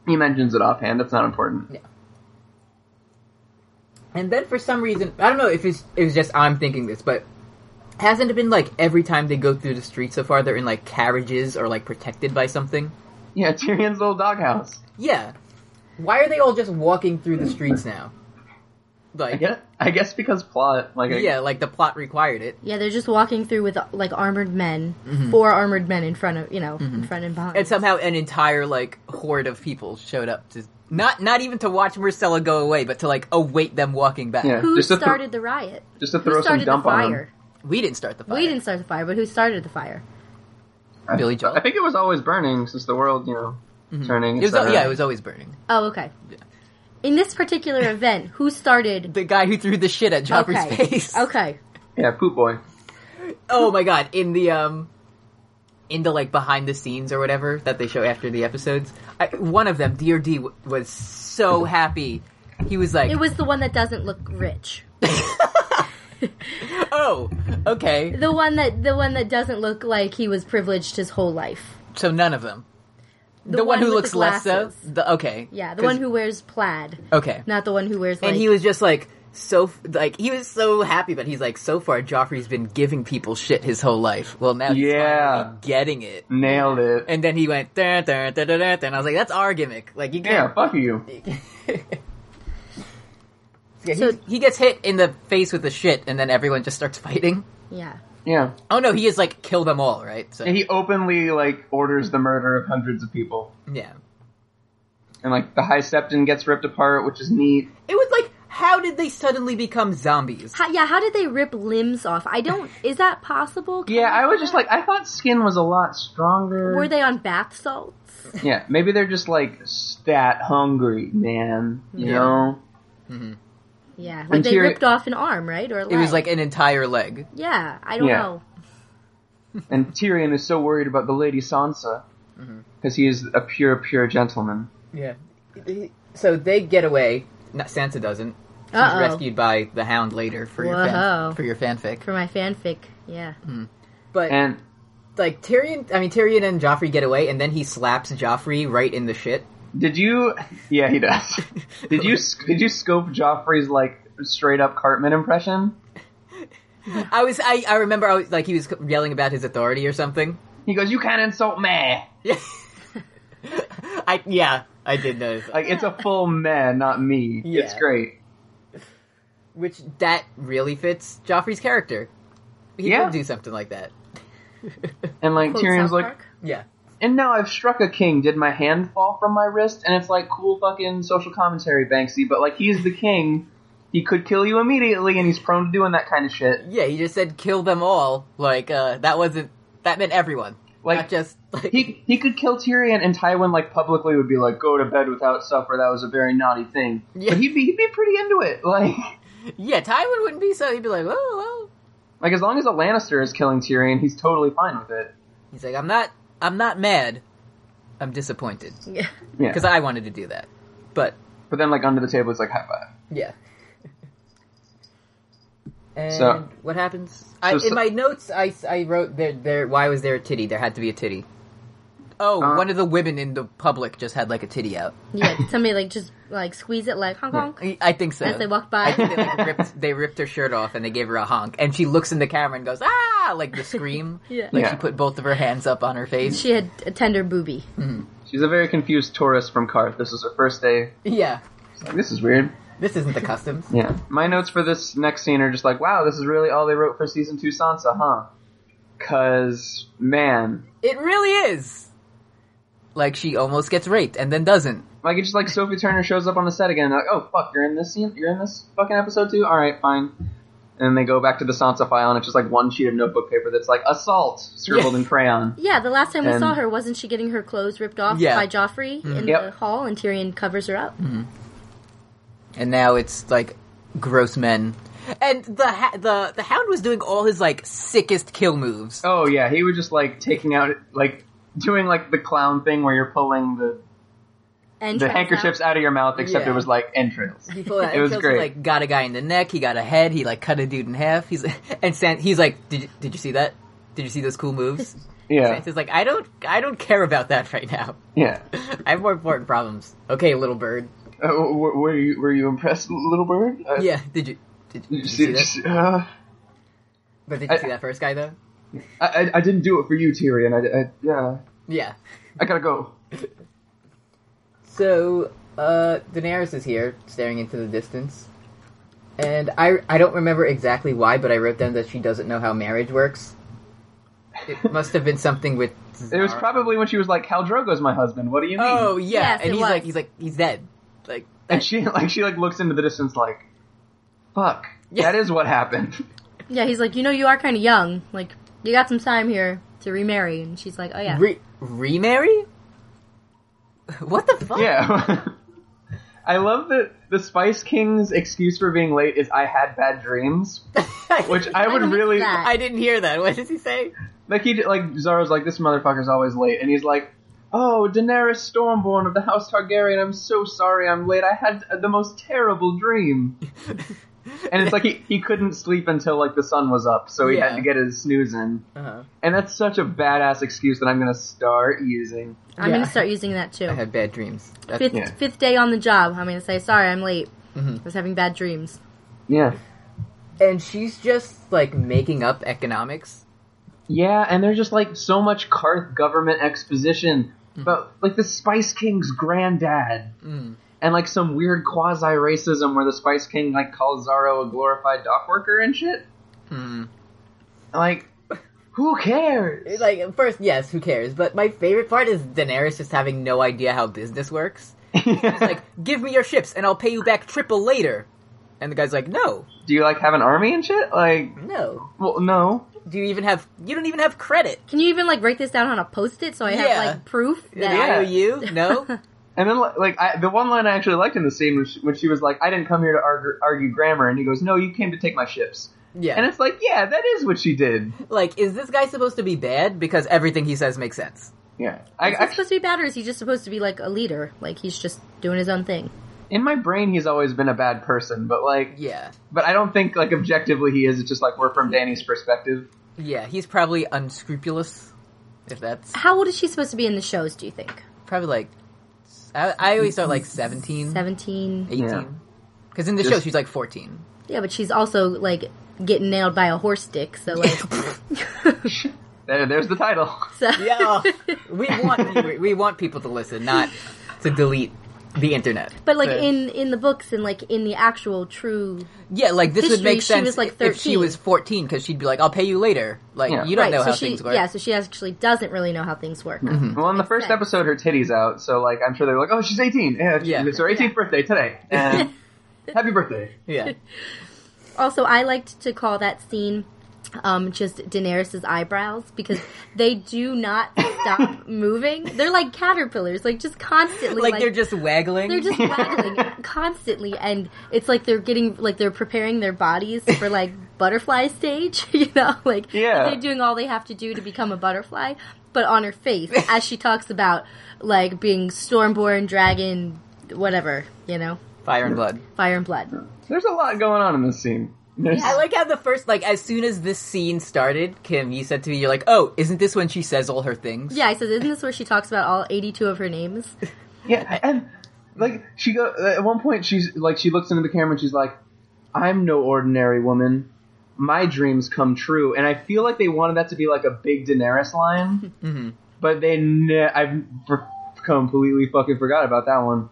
Speaker 2: he mentions it offhand. That's not important.
Speaker 1: And then for some reason, I don't know if it's it was just I'm thinking this, but hasn't it been like every time they go through the street so far they're in like carriages or like protected by something?
Speaker 2: Yeah, Tyrion's little doghouse.
Speaker 1: Yeah. Why are they all just walking through the streets now?
Speaker 2: I
Speaker 1: Like
Speaker 2: guess, I guess because plot, like, I-
Speaker 1: yeah, like the plot required it.
Speaker 3: Yeah, they're just walking through with like armored men,
Speaker 2: Mm-hmm.
Speaker 3: four armored men in front of you know, in front and behind.
Speaker 1: And somehow an entire like horde of people showed up to not not even to watch Marcella go away, but to like await them walking back.
Speaker 2: Yeah.
Speaker 3: who
Speaker 2: Just to thro-
Speaker 3: started the riot?
Speaker 2: just to
Speaker 3: Who
Speaker 2: throw some
Speaker 3: started the
Speaker 2: dump on him.
Speaker 3: fire?
Speaker 1: We didn't start the fire.
Speaker 3: We didn't start the fire, but who started the fire?
Speaker 1: Billy Joel. Mm-hmm.
Speaker 2: I think it was always burning since the world, you know, turning.
Speaker 1: It was,
Speaker 2: etc.
Speaker 1: yeah, it was always burning.
Speaker 3: Oh, okay. In this particular event, who started?
Speaker 1: The guy who threw the shit at Chopper's
Speaker 3: okay.
Speaker 1: face.
Speaker 3: Okay.
Speaker 2: yeah, poop boy.
Speaker 1: Oh my god! In the um, in the like behind the scenes or whatever that they show after the episodes, I, one of them, Dear D, w- was so happy. He was like,
Speaker 3: It was the one that doesn't look rich.
Speaker 1: "Oh, okay."
Speaker 3: The one that the one that doesn't look like he was privileged his whole life.
Speaker 1: So none of them. The, one,
Speaker 3: one
Speaker 1: who
Speaker 3: with
Speaker 1: looks
Speaker 3: the
Speaker 1: less so.
Speaker 3: glasses.
Speaker 1: The, okay.
Speaker 3: Yeah, the
Speaker 1: 'Cause-
Speaker 3: one who wears plaid,
Speaker 1: Okay.
Speaker 3: not the one who wears like
Speaker 1: and he was just like so f- like he was so happy but he's like so far joffrey's been giving people shit his whole life well now he's
Speaker 2: Yeah.
Speaker 1: finally getting it
Speaker 2: Nailed it.
Speaker 1: and then he went da, da, da, da, da, and i was like that's our gimmick like you
Speaker 2: yeah,
Speaker 1: can't
Speaker 2: fuck you.
Speaker 1: Yeah,
Speaker 3: So-
Speaker 1: he, he gets hit in the face with the shit and then everyone just starts fighting
Speaker 3: yeah.
Speaker 2: Yeah.
Speaker 1: oh no he is like kill them all right so
Speaker 2: And he openly like orders the murder of hundreds of people.
Speaker 1: yeah
Speaker 2: And like the high septon gets ripped apart, which is neat.
Speaker 1: it was like how did they suddenly become zombies
Speaker 3: How, yeah, how did they rip limbs off? I don't. Is that possible? Can
Speaker 2: Yeah, I
Speaker 3: you
Speaker 2: was
Speaker 3: do
Speaker 2: just
Speaker 3: that?
Speaker 2: like I thought skin was a lot stronger.
Speaker 3: Were they on bath salts?
Speaker 2: Yeah, maybe they're just like stat hungry, man. You
Speaker 1: Yeah.
Speaker 2: know?
Speaker 3: Yeah, like they
Speaker 2: Interior-
Speaker 3: ripped off an arm, right? Or a
Speaker 1: it was
Speaker 3: leg.
Speaker 1: like an entire leg
Speaker 3: yeah, I don't
Speaker 2: Yeah.
Speaker 3: know.
Speaker 2: And Tyrion is so worried about the Lady Sansa because he is a pure, pure gentleman.
Speaker 1: yeah so they get away not sansa doesn't She's
Speaker 3: Uh-oh.
Speaker 1: rescued by the Hound later for your fan,
Speaker 3: Whoa.
Speaker 1: for your fanfic.
Speaker 3: For my fanfic, yeah.
Speaker 1: But
Speaker 2: And
Speaker 1: like Tyrion, I mean Tyrion and Joffrey get away, and then he slaps Joffrey right in the shit.
Speaker 2: did you? Yeah, he does. did you? Did you scope Joffrey's like straight up Cartman impression?
Speaker 1: I was I, I remember I was like he was yelling about his authority or something.
Speaker 2: He goes, "You can't insult me."
Speaker 1: Yeah, I yeah I did notice.
Speaker 2: Like it's a full meh, not me.
Speaker 1: Yeah.
Speaker 2: It's great.
Speaker 1: Which that really fits Joffrey's character. He
Speaker 2: Yeah.
Speaker 1: would do something like that.
Speaker 2: And like
Speaker 3: Quote
Speaker 2: Tyrion's
Speaker 3: South
Speaker 2: like,
Speaker 3: Park.
Speaker 1: Yeah.
Speaker 2: and now I've struck a king. Did my hand fall from my wrist? And it's like cool fucking social commentary, Banksy. But like he's the king. He could kill you immediately, and he's prone to doing that kind of shit.
Speaker 1: Yeah, he just said kill them all. Like uh that wasn't that meant everyone.
Speaker 2: Like-
Speaker 1: not just like
Speaker 2: He he could kill Tyrion, and Tywin like publicly would be like, "Go to bed without supper." That was a very naughty thing.
Speaker 1: Yeah.
Speaker 2: But he'd be he'd be pretty into it. Like
Speaker 1: Yeah, Tywin wouldn't be so he'd be like, "Oh, well,
Speaker 2: like as long as a Lannister is killing Tyrion, he's totally fine with it.
Speaker 1: He's like, I'm not, I'm not mad. I'm disappointed
Speaker 3: Yeah.
Speaker 2: Yeah.
Speaker 1: because I wanted to do that, but
Speaker 2: But then like under the table, it's like high five.
Speaker 1: yeah. and
Speaker 2: So-
Speaker 1: what happens? I,
Speaker 2: So-
Speaker 1: in my notes, I, I wrote there there. Why was there a titty? There had to be a titty. Oh, one
Speaker 2: Uh,
Speaker 1: of the women in the public just had like a titty out.
Speaker 3: Yeah, somebody like just like squeeze it like honk honk
Speaker 1: I I think so.
Speaker 3: as they walked
Speaker 1: I think
Speaker 3: by.
Speaker 1: they, like, ripped, they ripped her shirt off and they gave her a honk, and she looks in the camera and goes ah, like the scream.
Speaker 3: Yeah.
Speaker 1: Like
Speaker 2: Yeah.
Speaker 1: she put both of her hands up on her face.
Speaker 3: She had a tender booby.
Speaker 2: She's a very confused tourist from Karth. This is her first day.
Speaker 1: yeah,
Speaker 2: She's like, this is weird.
Speaker 1: this isn't the customs.
Speaker 2: Yeah. My notes for this next scene are just like, wow, this is really all they wrote for season two Sansa, huh? Cause man,
Speaker 1: It really is. Like she almost gets raped and then doesn't.
Speaker 2: like it's just like Sophie Turner shows up on the set again. and they're like, oh fuck, you're in this scene. You're in this fucking episode too. All right, fine. And they go back to the Sansa file, and it's just like one sheet of notebook paper that's like assault scribbled in crayon.
Speaker 3: Yeah, the last time we
Speaker 2: And-
Speaker 3: saw her, wasn't she getting her clothes ripped off
Speaker 1: Yeah. Mm-hmm.
Speaker 3: by Joffrey in
Speaker 2: Yep.
Speaker 3: the hall, and Tyrion covers her up?
Speaker 1: And now it's like gross men. And the ha- the the hound was doing all his like sickest kill moves.
Speaker 2: Oh yeah, he was just like taking out like doing like the clown thing where you're pulling the
Speaker 3: And
Speaker 2: the
Speaker 3: tries
Speaker 2: handkerchiefs
Speaker 3: out-
Speaker 2: out of your mouth, except
Speaker 1: Yeah.
Speaker 2: it was like entrails.
Speaker 1: Before that,
Speaker 2: It was
Speaker 1: Kelsey,
Speaker 2: great.
Speaker 1: Like got a guy in the neck. He got a head. He like cut a dude in half. He's and San- he's like, did you, did you see that? Did you see those cool moves?
Speaker 2: Yeah,
Speaker 1: Sansa's like, I don't I don't care about that right now.
Speaker 2: yeah.
Speaker 1: I have more important problems. Okay, little bird.
Speaker 2: Uh, were, were you were you impressed, little bird? Uh,
Speaker 1: Yeah. Did you did, did you see that?
Speaker 2: uh,
Speaker 1: But did you
Speaker 2: I-
Speaker 1: see that first guy though?
Speaker 2: I, I I didn't do it for you, Tyrion. I, I yeah.
Speaker 1: Yeah.
Speaker 2: I gotta go.
Speaker 1: So, uh, Daenerys is here, staring into the distance. And I, I don't remember exactly why, but I wrote down that she doesn't know how marriage works. It must have been something with.
Speaker 2: It was probably when she was like, "Khal Drogo's my husband. What do you mean?"
Speaker 1: Oh yeah,
Speaker 3: Yes,
Speaker 1: and
Speaker 3: it
Speaker 1: he's
Speaker 3: was.
Speaker 1: like, he's like, he's dead. Like,
Speaker 2: And she like she like looks into the distance like, "Fuck, that is what happened."
Speaker 3: Yeah, he's like, you know, you are kind of young. Like, you got some time here. to remarry, and she's like, "Oh yeah,
Speaker 1: Re- remarry? What the fuck?
Speaker 2: Yeah. I love that the Spice King's excuse for being late is I had bad dreams, which I would
Speaker 3: missed
Speaker 2: really
Speaker 3: that.
Speaker 1: I didn't hear that. What does he say?
Speaker 2: like. He like Zoro's like this motherfucker's always late, and he's like, "Oh, Daenerys Stormborn of the House Targaryen, I'm so sorry I'm late. I had the most terrible dream." and it's like he, he couldn't sleep until like the sun was up, so he
Speaker 1: Yeah.
Speaker 2: had to get his snooze in.
Speaker 1: Uh-huh.
Speaker 2: And that's such a badass excuse that I'm gonna start using.
Speaker 3: I'm
Speaker 1: Yeah.
Speaker 3: gonna start using that too."
Speaker 1: I had bad dreams. That's,
Speaker 3: Fifth
Speaker 2: Yeah.
Speaker 3: fifth day on the job, I'm gonna say, "Sorry, I'm late.
Speaker 1: Mhm.
Speaker 3: I was having bad dreams."
Speaker 2: Yeah.
Speaker 1: And she's just like making up economics.
Speaker 2: Yeah, and there's just like so much Karth government exposition about like the Spice King's granddad.
Speaker 1: Mm.
Speaker 2: And like some weird quasi racism where the Spice King like calls Zaro a glorified dock worker and shit. Hmm.
Speaker 1: Mm.
Speaker 2: Like, who cares?
Speaker 1: It's Like first, yes, who cares? But my favorite part is Daenerys just having no idea how business works. Like, give me your ships and I'll pay you back triple later. And the guy's like, no,
Speaker 2: do you like have an army and shit? Like,
Speaker 1: no.
Speaker 2: well, no.
Speaker 1: Do you even have? You don't even have credit.
Speaker 3: Can you even like write this down on a post-it so I have
Speaker 1: Yeah.
Speaker 3: like proof that
Speaker 1: The IOU? No.
Speaker 2: And then, like, I, the one line I actually liked in the scene was when she was like, "I didn't come here to argue, argue grammar," and he goes, "No, you came to take my ships."
Speaker 1: Yeah.
Speaker 2: And it's like, yeah, that is what she did.
Speaker 1: like, is this guy supposed to be bad? Because everything he says makes sense.
Speaker 2: Yeah, I,
Speaker 3: Is he
Speaker 2: actually.
Speaker 3: supposed to be bad or is he just supposed to be like a leader? Like he's just doing his own thing.
Speaker 2: in my brain he's always been a bad person but like
Speaker 1: Yeah.
Speaker 2: but i don't think like objectively he is it's just like we're from danny's perspective
Speaker 1: Yeah, he's probably unscrupulous. If that's
Speaker 3: How old is she supposed to be in the shows, do you think?
Speaker 1: probably like, I, I always thought like 17,
Speaker 3: 17.
Speaker 1: 18. Because in the
Speaker 2: Just-
Speaker 1: show she's like fourteen.
Speaker 3: Yeah, but she's also like getting nailed by a horse stick, so like
Speaker 2: there, there's the title
Speaker 3: so,
Speaker 1: Yeah, we want we, we want people to listen, not to delete the internet.
Speaker 3: But like
Speaker 2: Yeah.
Speaker 3: in in the books and like in the actual true
Speaker 1: Yeah, like this would
Speaker 3: History,
Speaker 1: make
Speaker 3: she
Speaker 1: sense
Speaker 3: was, like,
Speaker 1: if she
Speaker 3: 13.
Speaker 1: was fourteen, because she'd be like, "I'll pay you later." Like
Speaker 2: Yeah.
Speaker 1: you don't
Speaker 3: right,
Speaker 1: know
Speaker 3: so
Speaker 1: how
Speaker 3: she
Speaker 1: things work.
Speaker 3: yeah, so she actually doesn't really know how things work.
Speaker 2: well in the first
Speaker 3: sense.
Speaker 2: episode her titty's out so like i'm sure they're like oh she's 18 yeah,
Speaker 1: Yeah.
Speaker 2: it's her 18th birthday today and happy birthday
Speaker 1: yeah,
Speaker 3: Also, I liked to call that scene um, just Daenerys' eyebrows because they do not stop moving. They're like caterpillars, like just constantly.
Speaker 1: like, they're just waggling.
Speaker 3: they're just waggling constantly, and it's like they're getting like they're preparing their bodies for like butterfly stage. You know, like
Speaker 2: Yeah.
Speaker 3: they're doing all they have to do to become a butterfly. But on her face, as she talks about like being stormborn dragon, whatever you know,
Speaker 1: fire and blood.
Speaker 3: fire and blood.
Speaker 2: there's a lot going on in this scene There's-
Speaker 1: I like how the first, like, as soon as this scene started, Kim, you said to me, "You're like, oh, isn't this when she says all her things?"
Speaker 3: Yeah, I said, isn't this where she talks about all 82 of her names?
Speaker 2: yeah and like she go at one point she's like she looks into the camera and she's like i'm no ordinary woman my dreams come true and i feel like they wanted that to be like a big daenerys line
Speaker 1: hmm
Speaker 2: But they, ne- I've f- completely fucking forgot about that one.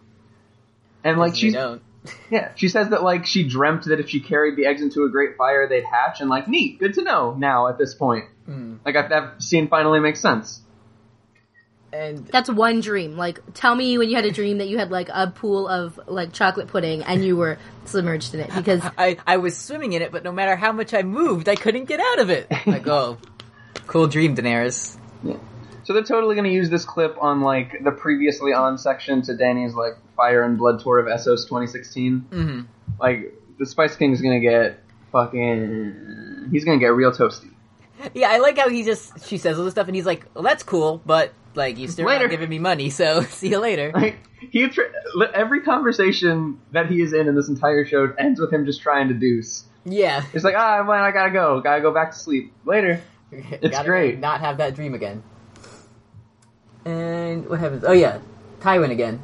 Speaker 2: And like
Speaker 1: you
Speaker 2: she,
Speaker 1: don't.
Speaker 2: yeah, she says that like she dreamt that if she carried the eggs into a great fire, they'd hatch. And like, neat, good to know. Now at this point,
Speaker 1: Mm.
Speaker 2: like I, that scene finally makes sense.
Speaker 1: And
Speaker 3: That's one dream. Like, tell me when you had a dream that you had, like, a pool of, like, chocolate pudding and you were submerged in it. Because
Speaker 1: I, I was swimming in it, but no matter how much I moved, I couldn't get out of it. Like, oh, cool dream, Daenerys.
Speaker 2: So they're totally gonna use this clip on like the previously on section to Danny's like Fire and Blood tour of Essos 2016.
Speaker 1: Mm-hmm.
Speaker 2: Like the Spice King's gonna get fucking, he's gonna get real toasty.
Speaker 1: Yeah, I like how he just she says all this stuff, and he's like, "Well, that's cool, but like, you still
Speaker 2: Later.
Speaker 1: not giving me money, so see you later."
Speaker 2: Like he tr- li- every conversation that he is in in this entire show ends with him just trying to deuce.
Speaker 1: Yeah,
Speaker 2: He's like, ah, man, I gotta go, gotta go back to sleep later.
Speaker 1: it's
Speaker 2: great.
Speaker 1: Not have that dream again. And what happens? Oh yeah, Tywin again.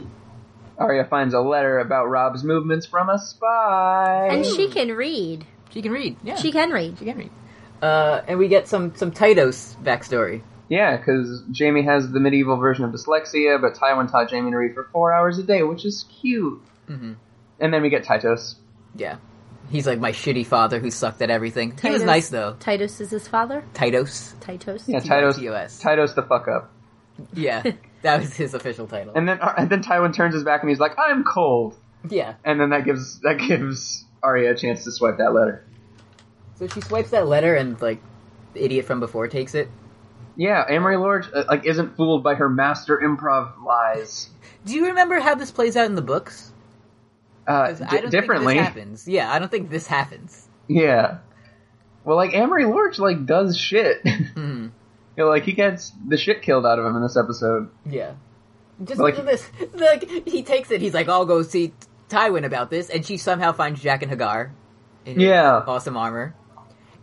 Speaker 2: Arya finds a letter about Rob's movements from a spy.
Speaker 3: and she can read.
Speaker 1: She can read. Yeah,
Speaker 3: She can read.
Speaker 1: she can read. Uh, and we get some some Titos backstory.
Speaker 2: yeah, because Jamie has the medieval version of dyslexia, but Tywin taught Jamie to read for four hours a day, which is cute.
Speaker 1: Mhm.
Speaker 2: And then we get Titus.
Speaker 1: Yeah, he's like my shitty father who sucked at everything. He was
Speaker 3: Titos-
Speaker 1: nice though.
Speaker 3: Titus is his father?
Speaker 1: Titos.
Speaker 3: Titus?
Speaker 2: Yeah, Titus.
Speaker 1: T-I-T-O-S.
Speaker 2: Titus the fuck up.
Speaker 1: Yeah, that was his official title.
Speaker 2: And then and then Tywin turns his back and he's like, I'm cold.
Speaker 1: yeah.
Speaker 2: And then that gives that gives Arya a chance to swipe that letter.
Speaker 1: So she swipes that letter, and like the idiot from before takes it.
Speaker 2: Yeah, Amory Lorge uh, like isn't fooled by her master improv lies.
Speaker 1: Do you remember how this plays out in the books?
Speaker 2: Uh,
Speaker 1: 'Cause
Speaker 2: di-
Speaker 1: I don't
Speaker 2: differently.
Speaker 1: think this happens. Yeah, I don't think this happens.
Speaker 2: Yeah. Well, like Amory Lorch, like does shit.
Speaker 1: Mm-hmm.
Speaker 2: You know, like he gets the shit killed out of him in this episode.
Speaker 1: Yeah. Just
Speaker 2: Like-
Speaker 1: look at this. Like he takes it. He's like, "I'll go see Tywin about this," and she somehow finds Jack and Hagar in his
Speaker 2: Yeah.
Speaker 1: awesome armor.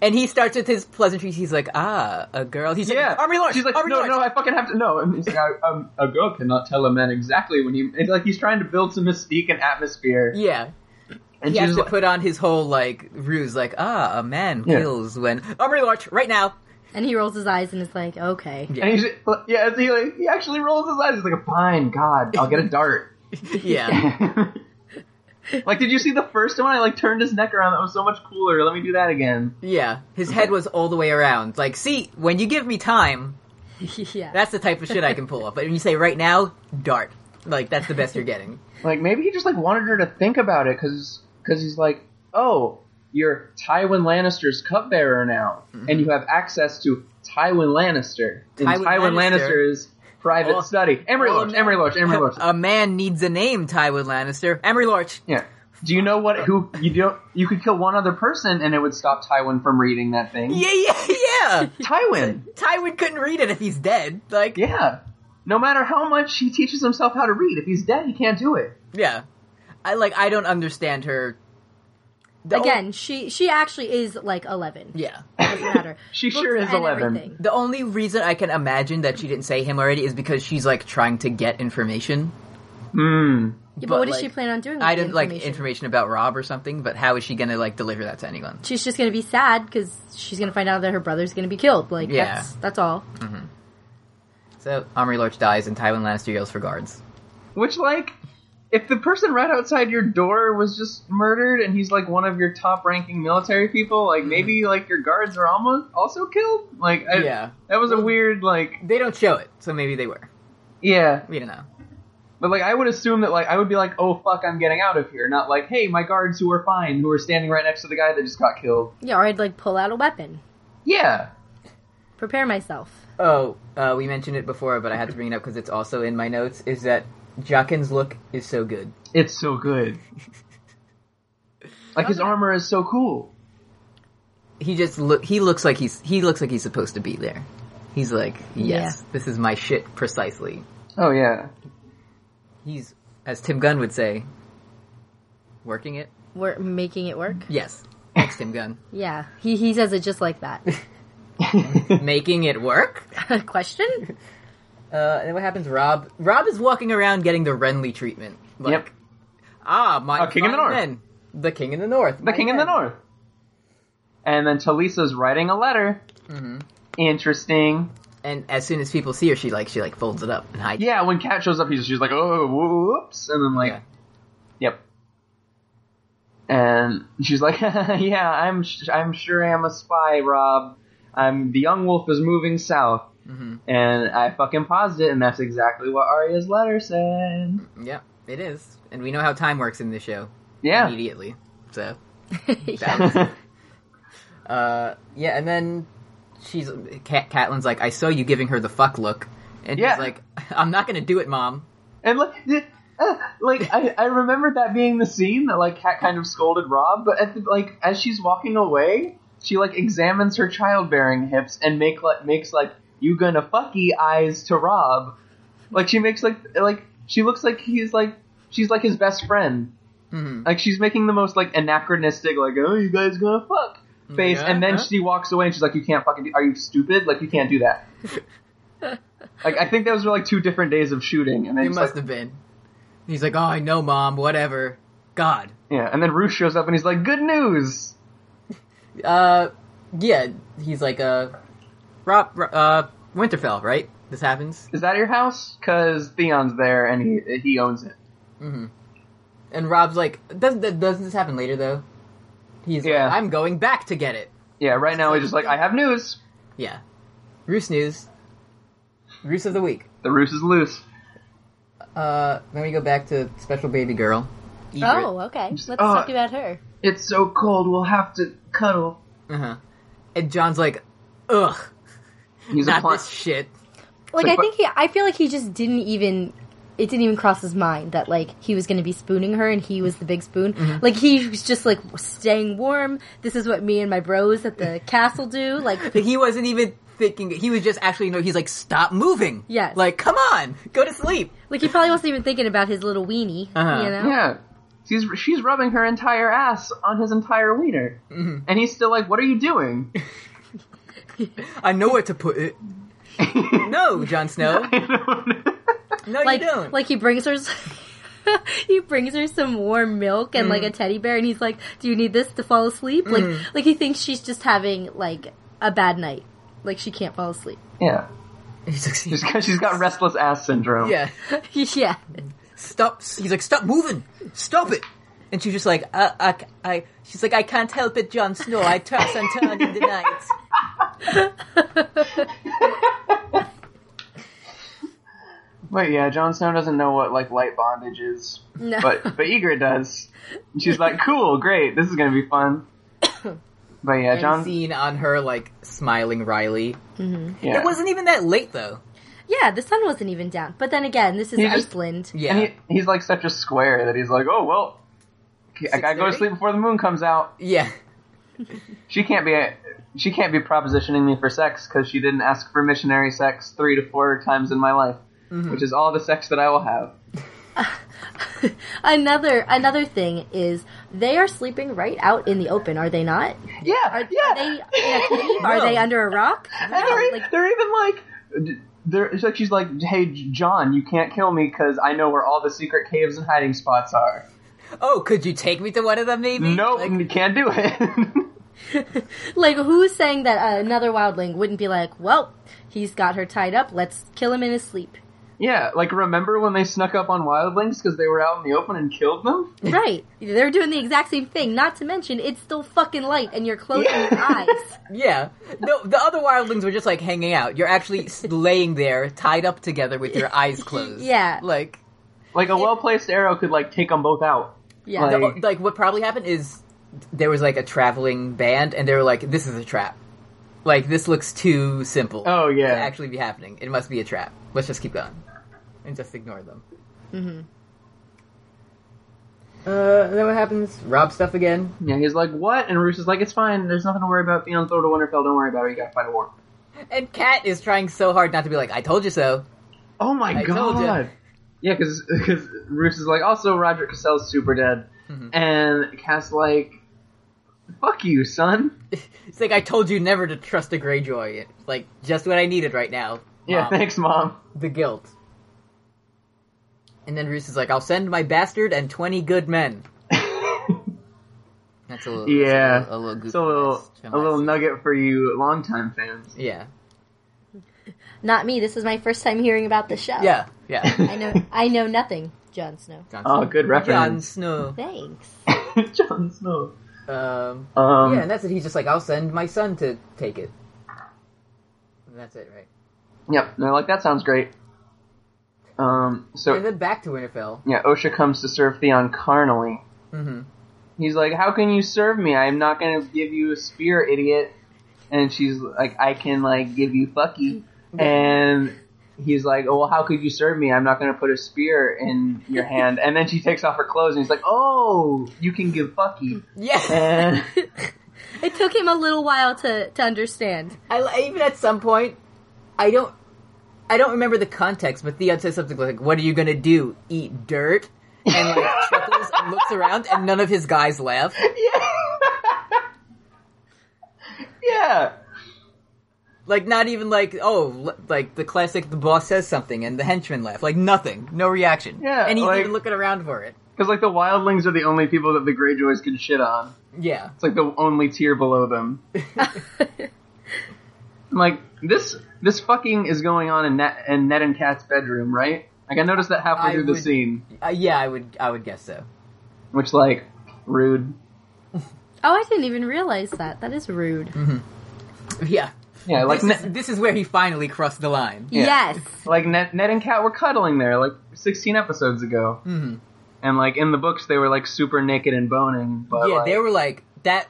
Speaker 1: And he starts with his pleasantries. He's like, "Ah, a girl." He's
Speaker 2: Yeah,
Speaker 1: like, "Armory Lawrence."
Speaker 2: She's like,
Speaker 1: Armory
Speaker 2: no,
Speaker 1: Lawrence."
Speaker 2: no, I fucking have to. No, and he's like, I, um, a girl cannot tell a man exactly when he. It's like he's trying to build some mystique and atmosphere.
Speaker 1: Yeah,
Speaker 2: and
Speaker 1: he
Speaker 2: she's
Speaker 1: has to
Speaker 2: like,
Speaker 1: put on his whole like ruse, like, "Ah, a man
Speaker 2: Yeah.
Speaker 1: kills when Armory Lawrence right now."
Speaker 3: And he rolls his eyes and is like, okay.
Speaker 1: Yeah.
Speaker 2: and he's yeah, and he like he actually rolls his eyes. He's like, fine, God, I'll get a dart.
Speaker 1: Yeah,
Speaker 2: like, did you see the first one? I like turned his neck around. That was so much cooler. Let me do that again.
Speaker 1: yeah. His head was all the way around. Like, see, when you give me time,
Speaker 3: yeah.
Speaker 1: that's the type of shit I can pull up. But when you say right now, dart. Like that's the best you're getting.
Speaker 2: Like maybe he just like wanted her to think about it because he's like, oh, you're Tywin Lannister's cupbearer now, and you have access to Tywin Lannister. And
Speaker 1: Mm-hmm. Tywin
Speaker 2: Tywin,
Speaker 1: Lannister.
Speaker 2: Lannister's private
Speaker 1: Oh.
Speaker 2: study. Emery
Speaker 1: Oh,
Speaker 2: Lorch,
Speaker 1: no.
Speaker 2: Emery Lorch, Emery Lorch.
Speaker 1: A man needs a name, Tywin Lannister. Emery Lorch.
Speaker 2: yeah. Do you know what? Who you don't? You could kill one other person, and it would stop Tywin from reading that thing.
Speaker 1: Yeah, yeah, yeah.
Speaker 2: Tywin.
Speaker 1: Tywin couldn't read it if he's dead. Like, yeah.
Speaker 2: Yeah. No matter how much he teaches himself how to read, if he's dead, he can't do it.
Speaker 1: I like. I don't understand her. The o-
Speaker 3: Again, she she actually is like 11.
Speaker 1: yeah.
Speaker 3: Doesn't matter.
Speaker 2: She
Speaker 3: Books
Speaker 2: sure is
Speaker 3: and
Speaker 2: 11.
Speaker 3: everything.
Speaker 1: The only reason I can imagine that she didn't say him already is because she's like trying to get information.
Speaker 2: Hmm.
Speaker 3: Yeah, but,
Speaker 1: But,
Speaker 3: what does
Speaker 1: like,
Speaker 3: she plan on doing? With
Speaker 1: I
Speaker 3: the
Speaker 1: didn't like
Speaker 3: information?
Speaker 1: information about Rob or something, but how is she gonna like deliver that to anyone?
Speaker 3: She's just gonna be sad because she's gonna find out that her brother's gonna be killed. Like
Speaker 1: Yeah.
Speaker 3: that's that's all.
Speaker 1: So Omri Lorch dies and Tywin Lannister yells for guards.
Speaker 2: Which, like, if the person right outside your door was just murdered and he's, like, one of your top ranking military people, like, maybe, like, your guards are almost also killed? Like, I,
Speaker 1: Yeah.
Speaker 2: That was a weird, like,
Speaker 1: They don't show it, so maybe they were.
Speaker 2: yeah.
Speaker 1: We don't know.
Speaker 2: But, like, I would assume that, like, I would be like, oh, fuck, I'm getting out of here. Not like, hey, my guards who are fine, who are standing right next to the guy that just got killed.
Speaker 3: Yeah, or I'd like pull out a weapon,
Speaker 2: Yeah.
Speaker 3: prepare myself.
Speaker 1: Oh, uh, we mentioned it before, but I had to bring it up because it's also in my notes. Is that Jockin's look is so good?
Speaker 2: It's so good. like, his armor is so cool.
Speaker 1: He just look. He looks like he's. He looks like he's supposed to be there. He's like, yes, this is my shit precisely.
Speaker 2: Oh, yeah.
Speaker 1: He's, as Tim Gunn would say, working it.
Speaker 3: We're making it work.
Speaker 1: Yes, thanks, Tim Gunn.
Speaker 3: Yeah, he he says it just like that.
Speaker 1: Making it work.
Speaker 3: Question?
Speaker 1: Uh, and then what happens? Rob. Rob is walking around getting the Renly treatment. Like,
Speaker 2: Yep.
Speaker 1: Ah, my
Speaker 2: A king in the
Speaker 1: fine
Speaker 2: north.
Speaker 1: men. The king in the north.
Speaker 2: The King in the North. And then Talisa's writing a letter. Interesting.
Speaker 1: And as soon as people see her, she like she like folds it up and hides.
Speaker 2: Yeah, when Kat shows up, he's she's like, oh, whoops, and then like,
Speaker 1: Yeah.
Speaker 2: yep. And she's like, yeah, I'm sh- I'm sure I'm a spy, Rob. I'm the young wolf is moving south, and I fucking paused it, and that's exactly what Arya's letter said.
Speaker 1: Yeah, it is. And we know how time works in this show.
Speaker 2: Yeah,
Speaker 1: Immediately. So,
Speaker 3: yeah.
Speaker 1: uh, yeah, and then she's, Cat, Catelyn's like, I saw you giving her the fuck look. And
Speaker 2: Yeah.
Speaker 1: he's like, I'm not gonna do it, mom.
Speaker 2: And like, th- uh, like I, I remember that being the scene that like Kat kind of scolded Rob, but at the, like as she's walking away, she like examines her childbearing hips and make like makes like you gonna fucky eyes to Rob. Like she makes like like she looks like he's like she's like his best friend.
Speaker 1: Mhm.
Speaker 2: Like she's making the most like anachronistic like oh you guys gonna fuck face,
Speaker 1: Mm, Yeah,
Speaker 2: and then
Speaker 1: huh?
Speaker 2: she walks away and she's like you can't fucking do- are you stupid like you can't do that. like I think those were like two different days of shooting, and then
Speaker 1: It
Speaker 2: just,
Speaker 1: must
Speaker 2: like,
Speaker 1: have been. He's like, oh, I know, mom, whatever. God.
Speaker 2: Yeah, and then Roosh shows up and he's like, "Good news."
Speaker 1: Uh, yeah, he's like, uh, Rob, uh, Winterfell, right? This happens.
Speaker 2: Is that your house? Because Theon's there and he he owns it.
Speaker 1: And Rob's like, doesn't, th- doesn't this happen later, though? He's
Speaker 2: Yeah.
Speaker 1: like, I'm going back to get it.
Speaker 2: Yeah, right now he's just like, "I have news."
Speaker 1: Yeah. Roos news. Roos of the week.
Speaker 2: The Roos is loose.
Speaker 1: Uh, then we go back to special baby girl. Egret.
Speaker 3: Oh, okay. Let's
Speaker 2: Uh,
Speaker 3: talk about her.
Speaker 2: It's so cold. We'll have to cuddle.
Speaker 1: Uh-huh. And John's like, ugh.
Speaker 2: He's
Speaker 1: Not
Speaker 2: applying.
Speaker 1: this shit.
Speaker 3: Like
Speaker 2: Like,
Speaker 3: I think he, I feel like he just didn't even. It didn't even cross his mind that like he was going to be spooning her and he was the big spoon. Like he was just like staying warm. This is what me and my bros at the castle do. Like
Speaker 1: Like, he wasn't even thinking. He was just actually, no, he's like, stop moving.
Speaker 3: Yes.
Speaker 1: Like, come on, go to sleep.
Speaker 3: like he probably wasn't even thinking about his little weenie.
Speaker 1: Uh-huh.
Speaker 3: You know.
Speaker 2: Yeah. She's, she's rubbing her entire ass on his entire wiener.
Speaker 1: Mm-hmm.
Speaker 2: And he's still like, what are you doing?
Speaker 1: I know where to put it. no, Jon Snow. No,
Speaker 3: like
Speaker 1: you don't.
Speaker 3: like he brings her s- he brings her some warm milk and like a teddy bear and he's like do you need this to fall asleep like like he thinks she's just having like a bad night like she can't fall asleep
Speaker 2: yeah.
Speaker 1: he's like,
Speaker 2: Just 'cause she's got restless ass syndrome.
Speaker 1: yeah.
Speaker 3: yeah
Speaker 1: Stop. He's like, stop moving. Stop it. And she's just like, I, I, I she's like, I can't help it, Jon Snow. I toss and turn in the night.
Speaker 2: But yeah, Jon Snow doesn't know what like light bondage is.
Speaker 3: No.
Speaker 2: But but Ygritte does. And she's like, cool, great, this is gonna be fun. But yeah,
Speaker 1: And
Speaker 2: Jon.
Speaker 1: seen on her, like, smiling Riley.
Speaker 2: yeah.
Speaker 1: It wasn't even that late, though.
Speaker 3: yeah the sun wasn't even down but then again this is
Speaker 2: He just-
Speaker 3: iceland
Speaker 1: Yeah.
Speaker 2: And he, he's like such a square that he's like, oh well, I gotta go to
Speaker 1: 6:30?
Speaker 2: sleep before the moon comes out.
Speaker 1: yeah.
Speaker 2: She can't be she can't be propositioning me for sex because she didn't ask for missionary sex three to four times in my life, which is all the sex that I will have.
Speaker 3: another another thing is they are sleeping right out in the open are they not
Speaker 2: Yeah,
Speaker 3: are,
Speaker 2: yeah.
Speaker 3: are they in a cave are
Speaker 1: No.
Speaker 3: they under a rock
Speaker 2: And they're, e-
Speaker 3: like
Speaker 2: they're even like, they're, it's like she's like, hey, J- John, you can't kill me because I know where all the secret caves and hiding spots are.
Speaker 1: Oh, could you take me to one of them, maybe?
Speaker 2: Nope,
Speaker 1: Like,
Speaker 2: you can't do it.
Speaker 3: Like, who's saying that uh, another wildling wouldn't be like, well, he's got her tied up, let's kill him in his sleep.
Speaker 2: yeah, like remember when they snuck up on wildlings because they were out in the open and killed them?
Speaker 3: right. They're doing the exact same thing, not to mention it's still fucking light and you're closing
Speaker 2: Yeah.
Speaker 3: your eyes.
Speaker 1: Yeah. No, the other wildlings were just like hanging out. You're actually s- laying there, tied up together with your eyes closed.
Speaker 3: Yeah.
Speaker 1: Like,
Speaker 2: Like a well placed arrow could like take them both out.
Speaker 3: Yeah.
Speaker 2: Like-
Speaker 1: the- like what probably happened is there was like a traveling band, and they were like, "This is a trap. Like, this looks too simple.
Speaker 2: Oh
Speaker 1: to
Speaker 2: yeah,
Speaker 1: actually be happening. It must be a trap. Let's just keep going, and just ignore them." Mm-hmm. Uh, then what happens? Rob stuff again.
Speaker 2: yeah. He's like, what? And Roos is like, it's fine. There's nothing to worry about. Be on Thor to Winterfell. Don't worry about it. You gotta fight a war.
Speaker 1: And Kat is trying so hard not to be like, "I told you so."
Speaker 2: Oh my
Speaker 1: I told ya.
Speaker 2: god. Yeah, because Roos is like, also Roger Cassell's super dead,
Speaker 1: Mm-hmm.
Speaker 2: and Cass like, fuck you, son.
Speaker 1: It's like I told you never to trust a Greyjoy. It's like just what I needed right now.
Speaker 2: Yeah,
Speaker 1: Mom.
Speaker 2: thanks, mom.
Speaker 1: the guilt. And then Roos is like, "I'll send my bastard and twenty good men." That's a little,
Speaker 2: Yeah,
Speaker 1: that's a little, a little,
Speaker 2: it's a little,
Speaker 1: goofiness.
Speaker 2: a little nugget for you longtime fans.
Speaker 1: Yeah,
Speaker 3: Not me, this is my first time hearing about the show.
Speaker 1: yeah, yeah.
Speaker 3: I know I know nothing, Jon Snow.
Speaker 1: Jon
Speaker 2: Oh,
Speaker 1: Snow.
Speaker 2: good
Speaker 1: Jon
Speaker 2: reference,
Speaker 1: Snow.
Speaker 3: Thanks.
Speaker 2: Jon Snow.
Speaker 1: Um,
Speaker 2: Um,
Speaker 1: yeah,
Speaker 2: yeah,
Speaker 1: and that's it. He's just like, "I'll send my son to take it." And that's it, right?
Speaker 2: yep. They're like, that sounds great. Um, so
Speaker 1: And then back to Winterfell.
Speaker 2: yeah, Osha comes to serve Theon carnally.
Speaker 1: hmm
Speaker 2: He's like, "How can you serve me? I'm not gonna give you a spear, idiot." And she's like, "I can like give you fucky." And he's like, "Oh, well, how could you serve me? I'm not gonna put a spear in your hand." And then she takes off her clothes, and he's like, "Oh, you can give fucky."
Speaker 1: Yeah,
Speaker 2: And
Speaker 3: It took him a little while to, to understand.
Speaker 1: I li- even at some point, I don't, I don't remember the context, but Theon says something like, "What are you gonna do? Eat dirt?" And like chuckles and looks around, and none of his guys laugh.
Speaker 2: yeah,
Speaker 1: Like not even like oh l- like the classic the boss says something and the henchman laugh like nothing no reaction
Speaker 2: Yeah,
Speaker 1: and he's
Speaker 2: like-
Speaker 1: even looking around for it
Speaker 2: because like the wildlings are the only people that the Greyjoys can shit on.
Speaker 1: yeah
Speaker 2: It's like the only tier below them. I'm like this this fucking is going on in Ned, in Ned and Kat's bedroom, right? Like I noticed that halfway
Speaker 1: I
Speaker 2: through the
Speaker 1: would-
Speaker 2: scene,
Speaker 1: uh, yeah I would I would guess so
Speaker 2: which like rude.
Speaker 3: Oh, I didn't even realize that. That is rude.
Speaker 1: yeah
Speaker 2: Yeah, like
Speaker 1: this,
Speaker 2: Ned,
Speaker 1: is, this is where he finally crossed the line
Speaker 2: Yeah.
Speaker 3: Yes.
Speaker 2: like Ned, Ned and Kat were cuddling there like 16 episodes ago,
Speaker 1: Mhm.
Speaker 2: and like in the books they were like super naked and boning, but
Speaker 1: yeah
Speaker 2: like,
Speaker 1: they were like that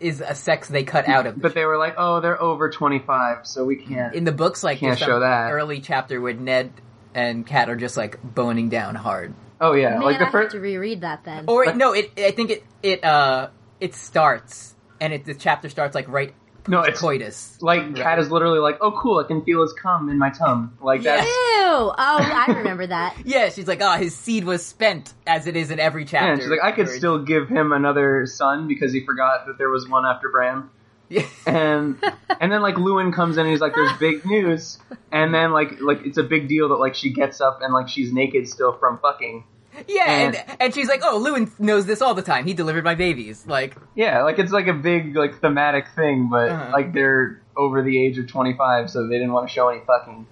Speaker 1: is a sex they cut out of. the
Speaker 2: But they were like, oh, they're over 25, so we can't.
Speaker 1: in the books, like
Speaker 2: Can't
Speaker 1: there's some
Speaker 2: show that.
Speaker 1: early chapter where Ned and Kat are just like boning down hard.
Speaker 2: oh, yeah.
Speaker 3: Man,
Speaker 2: like
Speaker 3: I
Speaker 2: the
Speaker 3: have
Speaker 2: first.
Speaker 3: to reread that then.
Speaker 1: Or no, it I think it it uh it starts and it the chapter starts like right
Speaker 2: No, it's
Speaker 1: coitus.
Speaker 2: like, Cat is literally like, oh, cool, I can feel his cum in my tum. Like,
Speaker 1: Yeah.
Speaker 2: that.
Speaker 3: Ew! Oh, I remember that.
Speaker 1: Yeah, she's like, ah, his seed was spent as it is in every chapter.
Speaker 2: Yeah, she's like, I could
Speaker 1: Or-
Speaker 2: still give him another son because he forgot that there was one after Bran.
Speaker 1: Yeah.
Speaker 2: And and then like Lewin comes in and he's like, "There's big news." And then like like it's a big deal that like she gets up and like she's naked still from fucking.
Speaker 1: Yeah, and,
Speaker 2: And-
Speaker 1: and she's like, "Oh, Lewin knows this all the time. He delivered my babies." Like,
Speaker 2: Yeah, like it's like a big like thematic thing, but
Speaker 1: Uh-huh.
Speaker 2: like they're over the age of 25, so they didn't want to show any fucking.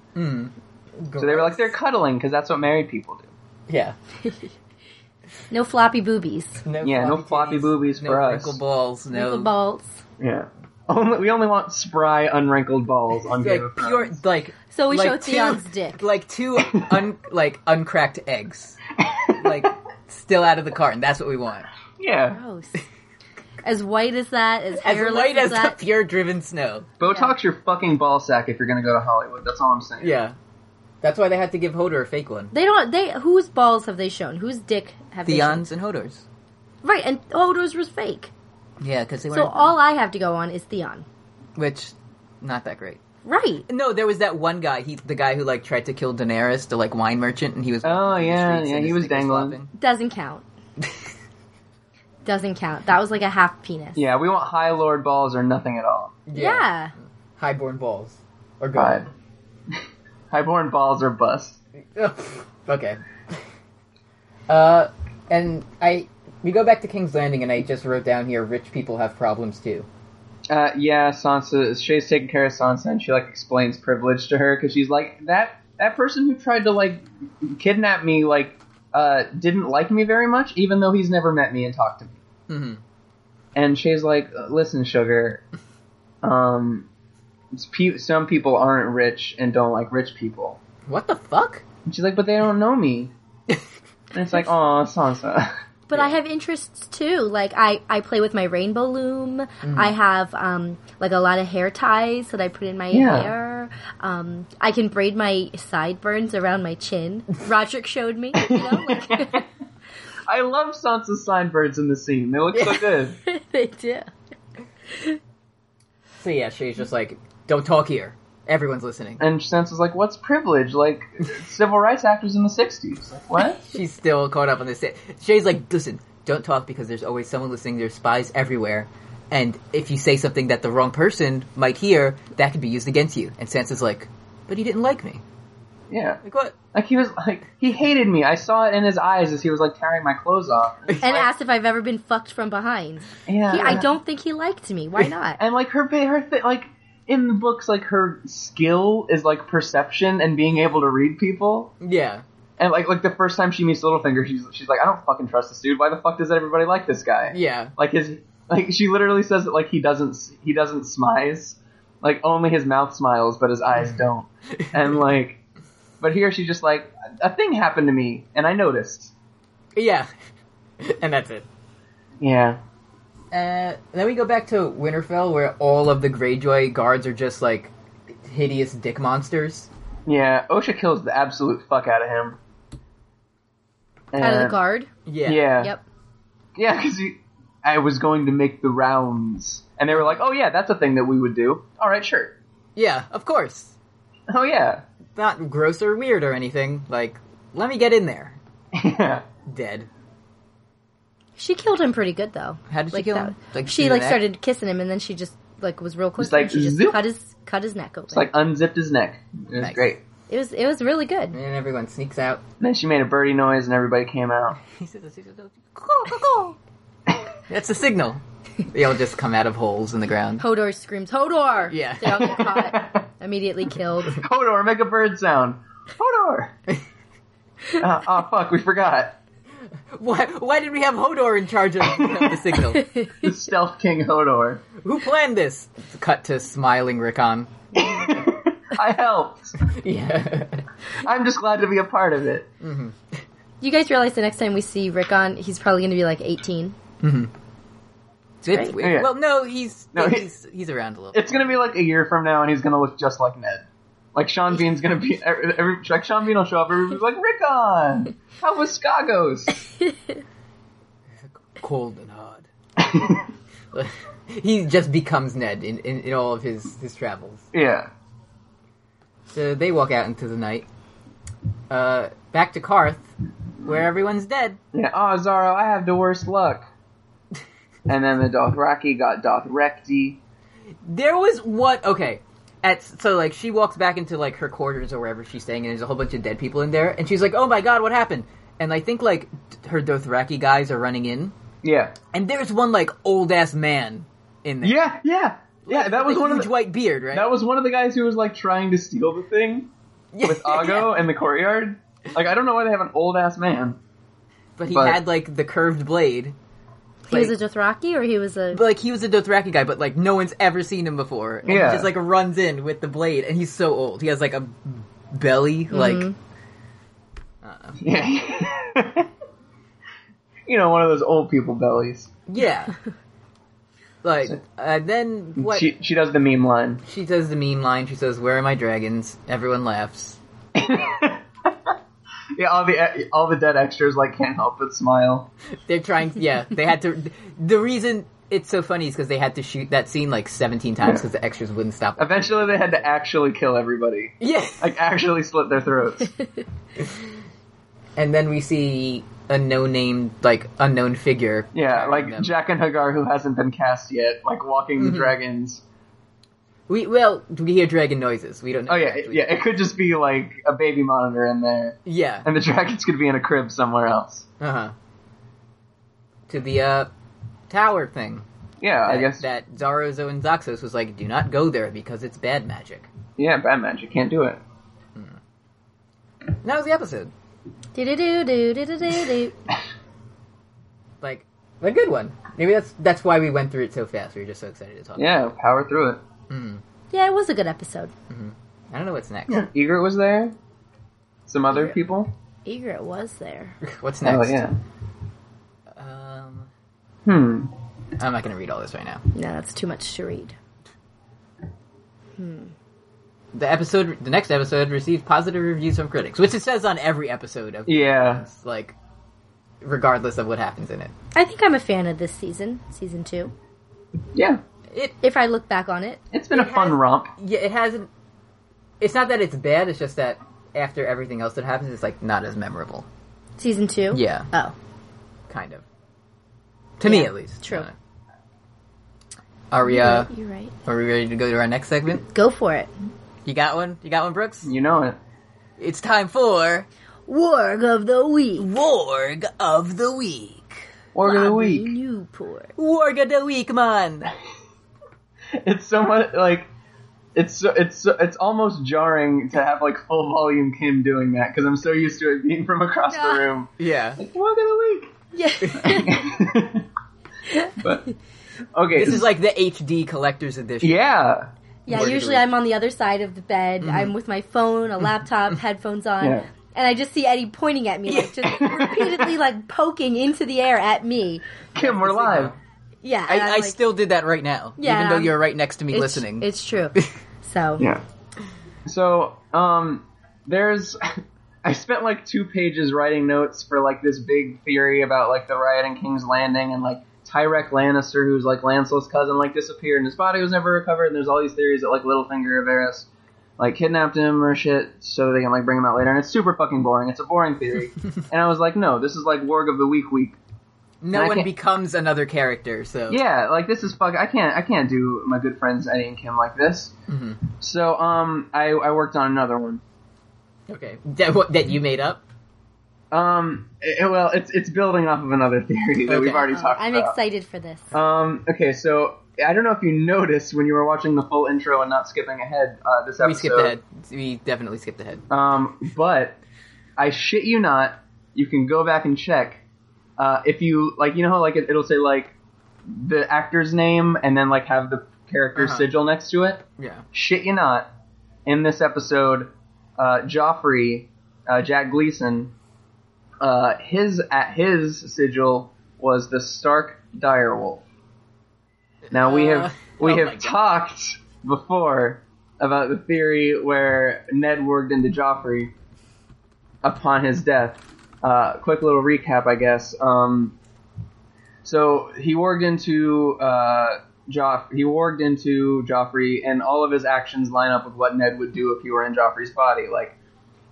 Speaker 2: So they were like, "They're cuddling" because that's what married people do.
Speaker 1: "Yeah,
Speaker 3: No floppy boobies.
Speaker 1: no
Speaker 2: Yeah, no floppy
Speaker 1: titties,
Speaker 2: boobies
Speaker 1: no
Speaker 2: for us.
Speaker 1: wrinkled balls, no
Speaker 3: Wrinkled balls.
Speaker 2: Yeah, only we only want spry, unwrinkled balls on
Speaker 1: like
Speaker 2: Game of
Speaker 1: pure
Speaker 2: Thrones.
Speaker 1: like
Speaker 3: So we
Speaker 1: like
Speaker 3: show
Speaker 1: two-
Speaker 3: Theon's dick.
Speaker 1: like two un like uncracked eggs, like still out of the carton. That's what we want.
Speaker 2: Yeah,
Speaker 3: Gross. As white as that, as,
Speaker 1: As
Speaker 3: hairless
Speaker 1: light as the
Speaker 3: that.
Speaker 1: pure driven snow.
Speaker 2: Botox your fucking ball sack if you're gonna go to Hollywood. That's all I'm saying.
Speaker 1: Yeah, that's why they had to give Hodor a fake one.
Speaker 3: they don't. They whose balls have they shown? Whose dick have
Speaker 1: Theon's and Hodor's.
Speaker 3: they shown? Right, and Hodor's was fake.
Speaker 1: Yeah, because they were
Speaker 3: So all I have to go on is Theon.
Speaker 1: which not that great.
Speaker 3: Right.
Speaker 1: No, there was that one guy. He the guy who like tried to kill Daenerys, the like wine merchant, and he was.
Speaker 2: Oh,
Speaker 1: walking the
Speaker 2: yeah,
Speaker 1: streets
Speaker 2: yeah,
Speaker 1: and
Speaker 2: he
Speaker 1: his
Speaker 2: was
Speaker 1: dick
Speaker 2: dangling.
Speaker 1: flopping.
Speaker 3: Doesn't count. Doesn't count. That was like a half penis.
Speaker 2: Yeah, we want high lord balls or nothing at all.
Speaker 3: Yeah.
Speaker 1: highborn balls or
Speaker 2: God.
Speaker 1: god.
Speaker 2: Highborn balls are bust.
Speaker 1: okay. Uh, and I we go back to King's Landing, and I just wrote down here: rich people have problems too.
Speaker 2: Uh, yeah, Sansa. Shay's taking care of Sansa, and she like explains privilege to her because she's like that that person who tried to like kidnap me like uh didn't like me very much, even though he's never met me and talked to me.
Speaker 1: Mhm.
Speaker 2: And Shay's like, listen, sugar, um, it's pe- some people aren't rich and don't like rich people.
Speaker 1: What the fuck?
Speaker 2: And she's like, but they don't know me. and it's like, oh, Sansa.
Speaker 3: But I have interests too. Like I, I play with my rainbow loom.
Speaker 1: Mm.
Speaker 3: I have um like a lot of hair ties that I put in my
Speaker 2: Yeah.
Speaker 3: hair. Um, I can braid my sideburns around my chin. Roderick showed me. You know, like,
Speaker 2: I love Sansa's signbirds in the scene. They look so good.
Speaker 3: they do.
Speaker 1: So yeah, she's just like, don't talk here. Everyone's listening.
Speaker 2: And Sansa's like, "What's privilege? Like civil rights actors in the '60s? Like, what?
Speaker 1: She's still caught up on this. Shay's like, listen, don't talk because there's always someone listening. There's spies everywhere. And if you say something that the wrong person might hear, that could be used against you. And Sansa's like, but he didn't like me.
Speaker 2: Yeah.
Speaker 1: Like, what?
Speaker 2: Like he was like he hated me. I saw it in his eyes as he was like tearing my clothes off.
Speaker 3: And asked if I've ever been fucked from behind.
Speaker 2: Yeah.
Speaker 3: He, I don't think he liked me. Why not?
Speaker 2: And like her, her thi- like in the books, like her skill is like perception and being able to read people.
Speaker 1: Yeah.
Speaker 2: And like like the first time she meets Littlefinger, she's she's like, "I don't fucking trust this dude. Why the fuck does everybody like this guy?
Speaker 1: Yeah.
Speaker 2: Like his like she literally says that like he doesn't he doesn't smize. Like only his mouth smiles, but his eyes don't. And like, but here she's just like a thing happened to me, and I noticed.
Speaker 1: Yeah. and that's it.
Speaker 2: Yeah,
Speaker 1: Uh, then we go back to Winterfell where all of the Greyjoy guards are just like hideous dick monsters.
Speaker 2: yeah. OSHA kills the absolute fuck out of him.
Speaker 3: Out of the
Speaker 2: And-
Speaker 3: guard.
Speaker 1: Yeah.
Speaker 2: Yeah, yeah,
Speaker 3: Yep.
Speaker 2: Because I was going to make the rounds, and they were like, "Oh yeah, that's a thing that we would do." All right, sure.
Speaker 1: Yeah, of course.
Speaker 2: Oh yeah,
Speaker 1: Not gross or weird or anything. Like, let me get in there.
Speaker 2: yeah.
Speaker 1: Dead.
Speaker 3: She killed him pretty good though.
Speaker 1: How did she
Speaker 3: Like
Speaker 1: kill
Speaker 3: that-
Speaker 1: him? Like, through
Speaker 3: she
Speaker 1: the
Speaker 3: like
Speaker 1: neck?
Speaker 3: started kissing him, and then she just like was real quick.
Speaker 2: Just like,
Speaker 3: and she just
Speaker 2: zoop.
Speaker 3: cut his cut his neck open.
Speaker 2: It's like unzipped his neck. It was
Speaker 1: Nice.
Speaker 2: great.
Speaker 3: it was it was really good.
Speaker 1: And everyone sneaks out.
Speaker 2: And then she made a birdie noise, and everybody came out.
Speaker 1: That's a signal. They all just come out of holes in the ground.
Speaker 3: Hodor screams, Hodor!
Speaker 1: Yeah.
Speaker 3: They all get caught, immediately killed.
Speaker 2: Hodor, make a bird sound. Hodor. uh, oh fuck, we forgot.
Speaker 1: Why, why did we have Hodor in charge of of the signal?
Speaker 2: The Stealth King Hodor.
Speaker 1: Who planned this? Cut to smiling Rickon.
Speaker 2: I helped.
Speaker 1: Yeah.
Speaker 2: I'm just glad to be a part of it.
Speaker 3: You guys realize the next time we see Rickon, he's probably going to be like 18.
Speaker 1: It's,
Speaker 3: great.
Speaker 2: Yeah.
Speaker 1: Well, Oh, no, he's
Speaker 2: No, he-
Speaker 1: he's he's around a little.
Speaker 2: It's gonna be like a year from now, and he's gonna look just like Ned. Like Sean Bean's gonna be every, every- like Sean Bean will show up. Everybody's like, Rickon, how was Skagos?
Speaker 1: cold and hard. he just becomes Ned in, in, in all of his, his travels.
Speaker 2: yeah,
Speaker 1: So they walk out into the night. Uh, back to Karth, where everyone's dead.
Speaker 2: yeah. Oh, Zaro, I have the worst luck. And then the Dothraki got Dothrekti.
Speaker 1: There was what? Okay. At, so like she walks back into like her quarters or wherever she's staying and there's a whole bunch of dead people in there and she's like oh my god what happened and I think like d- her Dothraki guys are running in
Speaker 2: Yeah,
Speaker 1: and there's one like old ass man in there
Speaker 2: yeah, yeah, yeah.
Speaker 1: Like,
Speaker 2: That
Speaker 1: with
Speaker 2: was
Speaker 1: a
Speaker 2: one of
Speaker 1: huge
Speaker 2: the,
Speaker 1: white beard right
Speaker 2: that was one of the guys who was like trying to steal the thing with
Speaker 1: Yeah.
Speaker 2: Ago in the courtyard. Like I don't know why they have an old ass man.
Speaker 1: but he
Speaker 2: but-
Speaker 1: had like the curved blade
Speaker 3: He was
Speaker 1: Like-
Speaker 3: a Dothraki or he was a.
Speaker 1: But like he was a Dothraki guy, but like no one's ever seen him before. And
Speaker 2: Yeah.
Speaker 1: he just like runs in with the blade, and he's so old. He has like a belly,
Speaker 3: Mm-hmm.
Speaker 1: like
Speaker 2: Yeah. you know, one of those old people bellies.
Speaker 1: yeah. like uh, then what? She,
Speaker 2: She she does the meme line.
Speaker 1: does the meme line. She says, "Where are my dragons?" Everyone laughs.
Speaker 2: Yeah, all the all the dead extras like can't help but smile.
Speaker 1: They're trying. Yeah, they had to. The reason it's so funny is because they had to shoot that scene like seventeen times because the extras wouldn't stop.
Speaker 2: Eventually, they had to actually kill everybody,
Speaker 1: Yeah.
Speaker 2: like actually slit their throats.
Speaker 1: And then we see a no-name, like unknown figure.
Speaker 2: Yeah,
Speaker 1: carrying
Speaker 2: like
Speaker 1: them.
Speaker 2: Jack and Hagar, who hasn't been cast yet, like walking
Speaker 1: Mm-hmm.
Speaker 2: the dragons.
Speaker 1: we well, we hear dragon noises. We don't. know
Speaker 2: Oh yeah,
Speaker 1: exactly.
Speaker 2: yeah. It could just be like a baby monitor in there,
Speaker 1: Yeah.
Speaker 2: and the dragon's could be in a crib somewhere else.
Speaker 1: Uh huh. To the uh, tower thing.
Speaker 2: Yeah,
Speaker 1: That,
Speaker 2: I guess.
Speaker 1: that Zarozo and Zaxos was like, "Do not go there because it's bad magic."
Speaker 2: Yeah, bad magic can't do it.
Speaker 1: And that was the episode.
Speaker 3: Do do do do do do do.
Speaker 1: Like a good one. Maybe that's that's why we went through it so fast. We were just so excited to talk.
Speaker 2: Yeah, power through it.
Speaker 3: Yeah, it was a good episode.
Speaker 1: I don't know what's next.
Speaker 2: Egret was there. Some other
Speaker 1: Yeah.
Speaker 2: people.
Speaker 3: Egret was there.
Speaker 1: what's next?
Speaker 2: Oh yeah.
Speaker 1: Um,
Speaker 2: Hmm.
Speaker 1: I'm not gonna read all this right now.
Speaker 3: No, that's too much to read.
Speaker 1: The episode, the next episode, received positive reviews from critics, which it says on every episode of
Speaker 2: Yeah.
Speaker 1: like, regardless of what happens in it.
Speaker 3: I think I'm a fan of this season, season two.
Speaker 2: Yeah.
Speaker 1: It
Speaker 3: If I look back on it,
Speaker 2: It's been a
Speaker 1: It
Speaker 2: fun
Speaker 1: has-
Speaker 2: romp.
Speaker 1: yeah, it hasn't. It's not that it's bad. It's just that after everything else that happens, it's like not as memorable.
Speaker 3: season two.
Speaker 1: Yeah,
Speaker 3: Oh,
Speaker 1: kind of. To me,
Speaker 3: Yeah,
Speaker 1: at least.
Speaker 3: true.
Speaker 1: Uh, Are we? Uh,
Speaker 3: you're right.
Speaker 1: are we ready to go to our next segment?
Speaker 3: Go for it.
Speaker 1: You got one. You got one, Brooks.
Speaker 2: You know it.
Speaker 1: It's time for
Speaker 3: Warg of the week.
Speaker 1: Warg of the Week.
Speaker 2: Org of the
Speaker 3: Bobby
Speaker 2: week.
Speaker 3: Newport.
Speaker 1: Warg of the Week, man.
Speaker 2: It's so much like it's so, it's so, it's almost jarring to have like full volume Kim doing that because I'm so used to it being from across
Speaker 3: Yeah.
Speaker 2: the room.
Speaker 1: Yeah.
Speaker 2: Org of
Speaker 3: Yeah.
Speaker 2: the week. but okay.
Speaker 1: This is like the HD collector's edition.
Speaker 2: yeah.
Speaker 3: yeah,
Speaker 1: Warg of the
Speaker 3: usually
Speaker 1: week.
Speaker 3: I'm on the other side of the bed. I'm with my phone, a laptop, headphones on.
Speaker 2: Mm-hmm. Yeah.
Speaker 3: And I just see Eddie pointing at me, like just repeatedly, like poking into the air at me.
Speaker 2: Kim, we're live.
Speaker 3: Yeah,
Speaker 1: I,
Speaker 3: and I'm
Speaker 1: I
Speaker 3: like,
Speaker 1: still did that right now.
Speaker 3: Yeah. um,
Speaker 1: Even though you're right next to me
Speaker 3: it's,
Speaker 1: listening.
Speaker 3: It's true. So
Speaker 2: Yeah. So, um, there's. I spent like two pages writing notes for like this big theory about like the riot in King's Landing and like Tyrek Lannister, who's like Lancel's cousin, like disappeared and his body was never recovered. And there's all these theories that like Littlefinger of Varys like kidnapped him or shit so they can like bring him out later. And it's super fucking boring. It's a boring theory. and I was like, no, this is like Warg of the Week week.
Speaker 1: no
Speaker 2: I
Speaker 1: one
Speaker 2: can't-
Speaker 1: becomes another character, so
Speaker 2: Yeah, like this is fuck. I can't. I can't do my good friends Eddie and Kim like this.
Speaker 1: Mhm.
Speaker 2: So um, I I worked on another one.
Speaker 1: Okay, that, what, that you made up.
Speaker 2: Um, eh, well, it's it's building off of another theory that we've
Speaker 1: Okay.
Speaker 2: already
Speaker 3: Oh,
Speaker 2: talked
Speaker 3: I'm
Speaker 2: about.
Speaker 3: excited for this.
Speaker 2: Um, okay, so I don't know if you noticed when you were watching the full intro and not skipping ahead uh, this episode.
Speaker 1: We skipped ahead. We definitely skipped ahead.
Speaker 2: Um, but I shit you not, you can go back and check. Uh, if you like, you know how like it, it'll say like the actor's name and then like have the character's
Speaker 1: Uh-huh.
Speaker 2: sigil next to it.
Speaker 1: Yeah.
Speaker 2: Shit you not, in this episode, uh, Joffrey, uh, Jack Gleason, uh, his at his sigil was the Stark Direwolf. Now we have
Speaker 1: Uh,
Speaker 2: we
Speaker 1: oh my
Speaker 2: have
Speaker 1: God.
Speaker 2: talked before about the theory where Ned worked into Joffrey upon his death. Uh, quick little recap, I guess. Um, so he warged into uh, Joff- he warged into Joffrey, and all of his actions line up with what Ned would do if he were in Joffrey's body. Like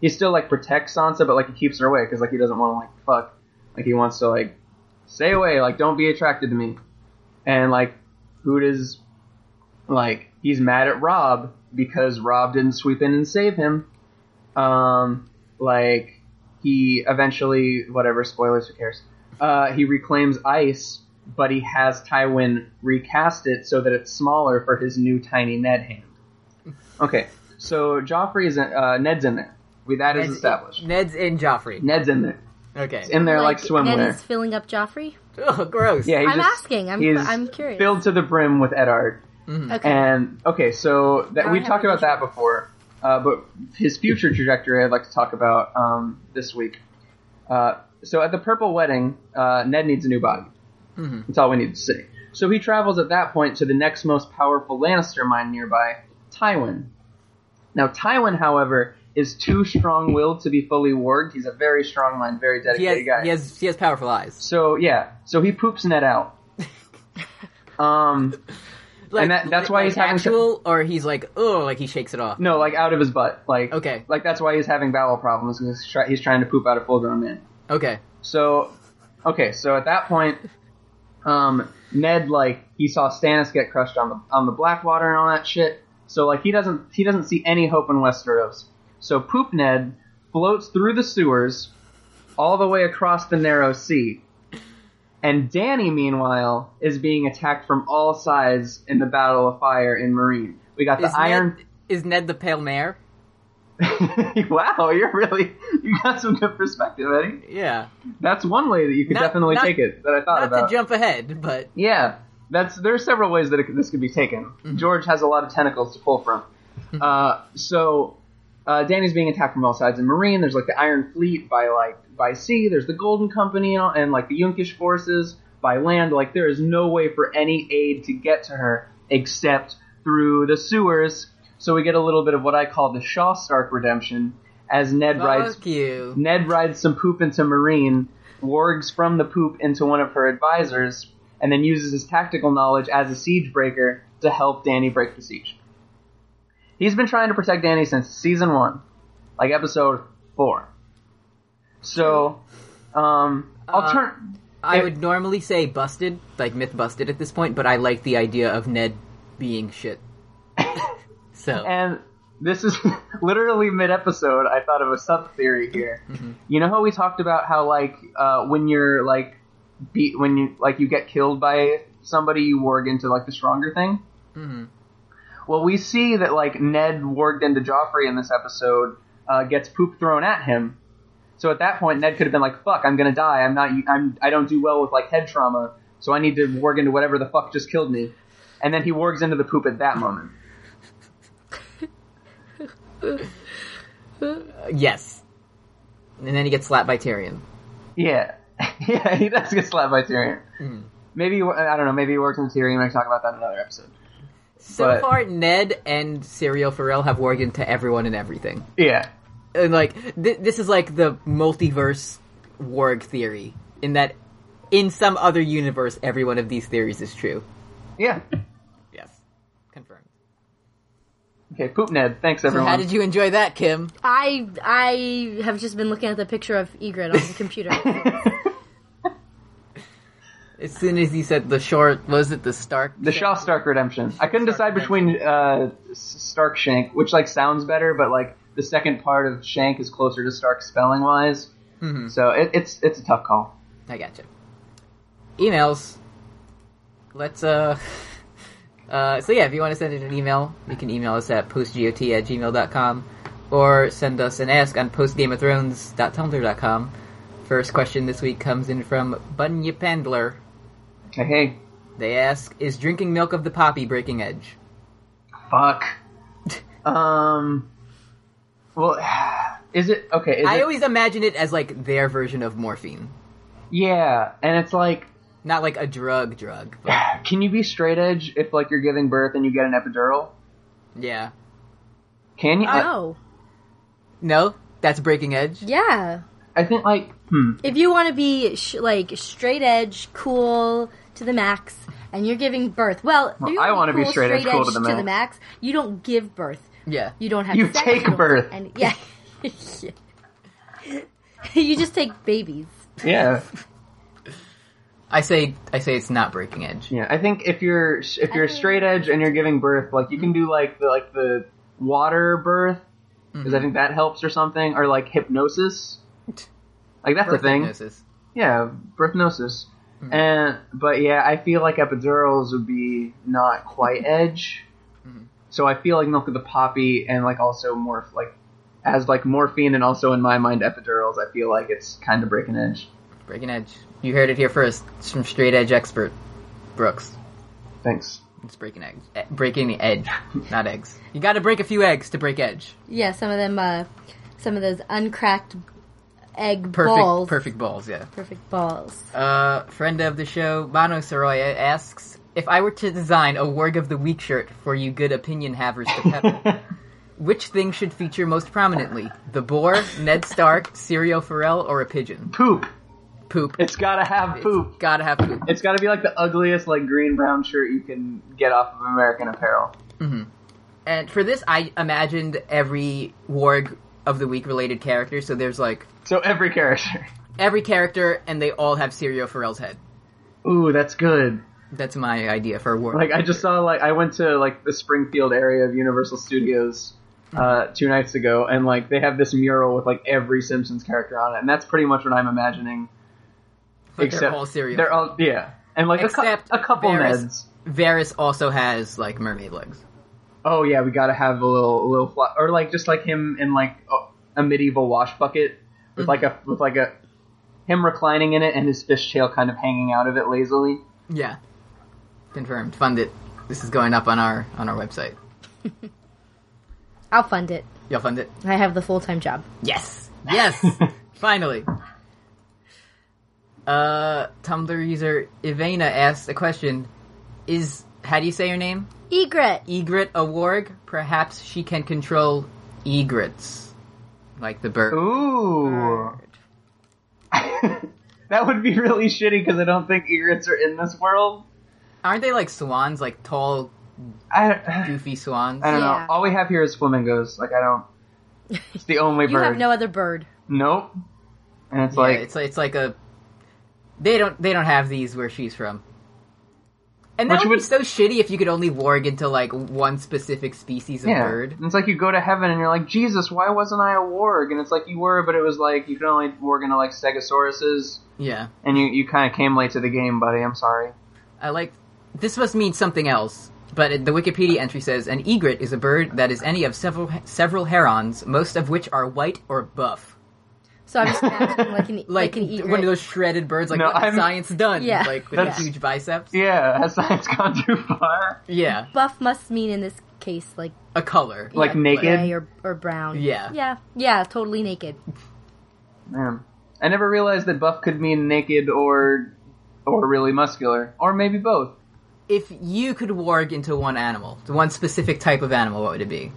Speaker 2: he still like protects Sansa, but like he keeps her away because like he doesn't want to like fuck. Like he wants to like stay away. Like don't be attracted to me. And like who does like he's mad at Rob because Rob didn't sweep in and save him. Um, like he eventually whatever spoilers who cares. Uh, he reclaims ice, but he has Tywin recast it so that it's smaller for his new tiny Ned hand. Okay, so Joffrey is in, uh, Ned's in there. We that is
Speaker 1: Ned's-
Speaker 2: established.
Speaker 1: Ned's in Joffrey.
Speaker 2: Ned's in there.
Speaker 1: Okay.
Speaker 2: It's in there like, swimwear.
Speaker 3: Ned is filling up Joffrey.
Speaker 1: oh, gross.
Speaker 2: yeah, he's
Speaker 3: I'm
Speaker 2: just,
Speaker 3: asking. I'm
Speaker 2: he's
Speaker 3: I'm curious.
Speaker 2: filled to the brim with Edard.
Speaker 3: okay.
Speaker 2: And okay, so that
Speaker 3: Now
Speaker 2: we
Speaker 3: I have
Speaker 2: talked
Speaker 3: a
Speaker 2: about that before, uh, but his future trajectory I'd like to talk about um, this week. Uh, so at the purple wedding, uh, Ned needs a new body.
Speaker 1: Mm-hmm.
Speaker 2: That's all we need to see. So he travels at that point to the next most powerful Lannister mine nearby, Tywin. Now Tywin, however, is too strong-willed to be fully warged. He's a very strong-minded, very
Speaker 1: He
Speaker 2: dedicated
Speaker 1: has,
Speaker 2: guy.
Speaker 1: he has he has powerful eyes.
Speaker 2: So yeah, so he poops Ned out. um,
Speaker 1: Like,
Speaker 2: that- that's why
Speaker 1: like
Speaker 2: he's having
Speaker 1: actual, or he's like, oh, like he shakes it off.
Speaker 2: No, like out of his butt. Like
Speaker 1: Okay.
Speaker 2: like that's why he's having bowel problems. 'cause He's, try- he's trying to poop out a full grown man.
Speaker 1: Okay.
Speaker 2: So, okay, so at that point, um, Ned like he saw Stannis get crushed on the on the Blackwater and all that shit. So like he doesn't he doesn't see any hope in Westeros. So poop Ned floats through the sewers, all the way across the narrow sea. And Danny, meanwhile, is being attacked from all sides in the Battle of Fire in Marine. We got the
Speaker 1: Is
Speaker 2: Iron
Speaker 1: Ned, is Ned the pale mare?
Speaker 2: wow, you're really you got some good perspective, Eddie.
Speaker 1: Yeah.
Speaker 2: That's one way that you could
Speaker 1: Not-
Speaker 2: definitely
Speaker 1: not-
Speaker 2: take it that I thought
Speaker 1: Not
Speaker 2: about.
Speaker 1: to jump ahead, but
Speaker 2: Yeah, that's there are several ways that it, could- this could be taken. George has a lot of tentacles to pull from. Uh, so uh, Danny's being attacked from all sides in Marine. There's like the Iron Fleet by like by sea. There's the Golden Company and, all- and like the Yunkish forces by land. Like there is no way for any aid to get to her except through the sewers. So we get a little bit of what I call the Shaw Stark redemption as Ned rides
Speaker 1: fuck you.
Speaker 2: Ned rides some poop into Marine, wargs from the poop into one of her advisors, and then uses his tactical knowledge as a siege breaker to help Danny break the siege. He's been trying to protect Danny since season one, like episode four. So, um, I'll
Speaker 1: Uh,
Speaker 2: turn.
Speaker 1: I
Speaker 2: It-
Speaker 1: would normally say busted, like myth busted at this point, but I like the idea of Ned being shit. so
Speaker 2: And this is literally mid episode. I thought of a sub theory here. You know how we talked about how like uh, when you're like beat when you like you get killed by somebody, you warg into like the stronger thing.
Speaker 1: mhm.
Speaker 2: Well, we see that like Ned warged into Joffrey in this episode, uh, gets poop thrown at him. So at that point, Ned could have been like, "Fuck, I'm gonna die. I'm not. I'm. I don't do well with like head trauma. So I need to warg into whatever the fuck just killed me." And then he wargs into the poop at that moment.
Speaker 1: Uh, yes. And then he gets slapped by Tyrion.
Speaker 2: Yeah, yeah, he does get slapped by Tyrion.
Speaker 1: Mhm.
Speaker 2: Maybe I don't know. Maybe he worked in Tyrion. We can talk about that in another episode.
Speaker 1: So
Speaker 2: But-
Speaker 1: far, Ned and Serial Pharrell have warged into everyone and everything.
Speaker 2: Yeah,
Speaker 1: and like th- this is like the multiverse warg theory in that in some other universe every one of these theories is true
Speaker 2: yeah.
Speaker 1: yes confirmed
Speaker 2: Okay, poop Ned. Thanks
Speaker 1: so how
Speaker 2: everyone.
Speaker 1: did you enjoy that kim
Speaker 3: I I have just been looking at the picture of Egret on the computer.
Speaker 1: as soon as you said the short was it the stark
Speaker 2: the Shaw Stark Redemption. I couldn't decide between uh, S- Stark Shank, which like sounds better, but like the second part of Shank is closer to Stark spelling wise.
Speaker 1: Mhm.
Speaker 2: So it, it's it's a tough call.
Speaker 1: i gotcha emails let's uh uh, so yeah, if you want to send in an email, you can email us at postgot at gmail.com or send us an ask on postgameofthrones.tumblr.com. First question this week comes in from Bunya Pandler.
Speaker 2: Okay, hey,
Speaker 1: They ask, is drinking milk of the poppy breaking edge?
Speaker 2: fuck. um, well, is it okay? Is
Speaker 1: I
Speaker 2: it,
Speaker 1: always imagine it as like their version of morphine.
Speaker 2: Yeah, and it's like
Speaker 1: Not like a drug drug, but
Speaker 2: Can you be straight edge if like you're giving birth and you get an epidural?
Speaker 1: yeah.
Speaker 2: Can you? I,
Speaker 3: Oh,
Speaker 1: No? That's breaking edge?
Speaker 3: yeah.
Speaker 2: I think like hmm.
Speaker 3: If you want to be sh- like straight edge, cool to the max, and you're giving birth, well, if you
Speaker 2: I wanna be
Speaker 3: cool,
Speaker 2: straight edge, cool to the
Speaker 3: You don't give birth.
Speaker 1: Yeah.
Speaker 3: You don't have.
Speaker 2: You
Speaker 3: sex,
Speaker 2: take
Speaker 3: don't-
Speaker 2: birth.
Speaker 3: and yeah, you just take babies.
Speaker 2: Yeah,
Speaker 1: I say I say it's not breaking edge.
Speaker 2: yeah. I think if you're if you're
Speaker 3: think-
Speaker 2: straight edge and you're giving birth, like you can do like the like the water birth because I think that helps or something, or like hypnosis. Like that's the
Speaker 1: Birth
Speaker 2: thing.
Speaker 1: hypnosis.
Speaker 2: Yeah, birthnosis. And but yeah, I feel like epidurals would be not quite edge. So I feel like milk of the poppy and like also morph like as like morphine and also in my mind epidurals. I feel like it's kind of breaking edge.
Speaker 1: Breaking edge. You heard it here first. It's from straight edge expert Brooks.
Speaker 2: Thanks.
Speaker 1: It's breaking eggs. E- breaking the edge, not eggs. You got to break a few eggs to break edge.
Speaker 3: Yeah, some of them, uh, some of those uncracked egg
Speaker 1: Perfect,
Speaker 3: balls.
Speaker 1: perfect balls. Yeah.
Speaker 3: Perfect balls.
Speaker 1: Uh, friend of the show, Mano Soroya asks if I were to design a work of the week shirt for you good opinion havers to pepper. Which thing should feature most prominently? The boar, Ned Stark, Serial Pharrell, or a pigeon?
Speaker 2: Poop.
Speaker 1: Poop.
Speaker 2: It's gotta have poop.
Speaker 1: Gotta have poop.
Speaker 2: It's gotta be like the ugliest like green brown shirt you can get off of American Apparel.
Speaker 1: And for this, I imagined every warg of the week related character. So there's like
Speaker 2: So every character.
Speaker 1: every character, and they all have Serial Pharrell's head.
Speaker 2: Ooh, that's good.
Speaker 1: That's my idea for a warg.
Speaker 2: Like I just saw like I went to like the Springfield area of Universal Studios
Speaker 1: Hmm.
Speaker 2: uh, two nights ago, and like they have this mural with like every Simpsons character on it, and that's pretty much what I'm imagining.
Speaker 1: but they're all Serial.
Speaker 2: They're all yeah, and like
Speaker 1: Except
Speaker 2: a, cou- a couple
Speaker 1: Varys.
Speaker 2: Neds.
Speaker 1: Varys also has like mermaid legs.
Speaker 2: Oh yeah, we gotta have a little a little fly, or like just like him in like a, a medieval wash bucket with
Speaker 1: Hmm.
Speaker 2: like a with like a him reclining in it and his fish tail kind of hanging out of it lazily.
Speaker 1: Yeah, confirmed. Fund it. This is going up on our on our website.
Speaker 3: I'll fund it.
Speaker 1: You'll fund it.
Speaker 3: I have the full time job.
Speaker 1: Yes, yes. Finally. Uh, Tumblr user Ivana asks a question: Is how do you say your name?
Speaker 3: Egret.
Speaker 1: Egret a warg? Perhaps she can control egrets, like the bird.
Speaker 2: Ooh. that would be really shitty because I don't think egrets are in this world.
Speaker 1: Aren't they like swans? Like tall,
Speaker 2: I,
Speaker 1: goofy swans.
Speaker 2: I don't
Speaker 3: Yeah.
Speaker 2: know. All we have here is flamingos. Like I don't. It's the only
Speaker 3: You
Speaker 2: bird.
Speaker 3: have no other bird.
Speaker 2: nope. And it's
Speaker 1: Yeah,
Speaker 2: like
Speaker 1: it's it's like a they don't they don't have these where she's from. And that
Speaker 2: Which
Speaker 1: would, be
Speaker 2: would-
Speaker 1: so shitty if you could only warg into like one specific species of
Speaker 2: yeah.
Speaker 1: bird.
Speaker 2: It's like you go to heaven and you're like Jesus. Why wasn't I a warg? And it's like you were, but it was like you can only warg into like stegosauruses,
Speaker 1: Yeah,
Speaker 2: and you you kind of came late to the game, buddy. I'm sorry.
Speaker 1: I like this must mean something else. But it- the Wikipedia entry says an egret is a bird that is any of several several herons, most of which are white or buff.
Speaker 3: So I'm just imagining like an e, like,
Speaker 1: Like,
Speaker 3: an egret.
Speaker 1: one of those shredded birds, like
Speaker 2: No,
Speaker 1: what has
Speaker 2: I'm-
Speaker 1: science done,
Speaker 3: Yeah.
Speaker 1: like with
Speaker 2: That's-
Speaker 1: the huge biceps.
Speaker 2: Yeah, has science gone too far?
Speaker 1: Yeah,
Speaker 3: buff must mean in this case like
Speaker 1: a color.
Speaker 2: Like naked.
Speaker 3: gray or, or brown.
Speaker 1: Yeah.
Speaker 3: Yeah. Yeah, totally naked.
Speaker 2: Man, I never realized that buff could mean naked or or really muscular, or maybe both.
Speaker 1: If you could warg into one animal, one specific type of animal, what would it be?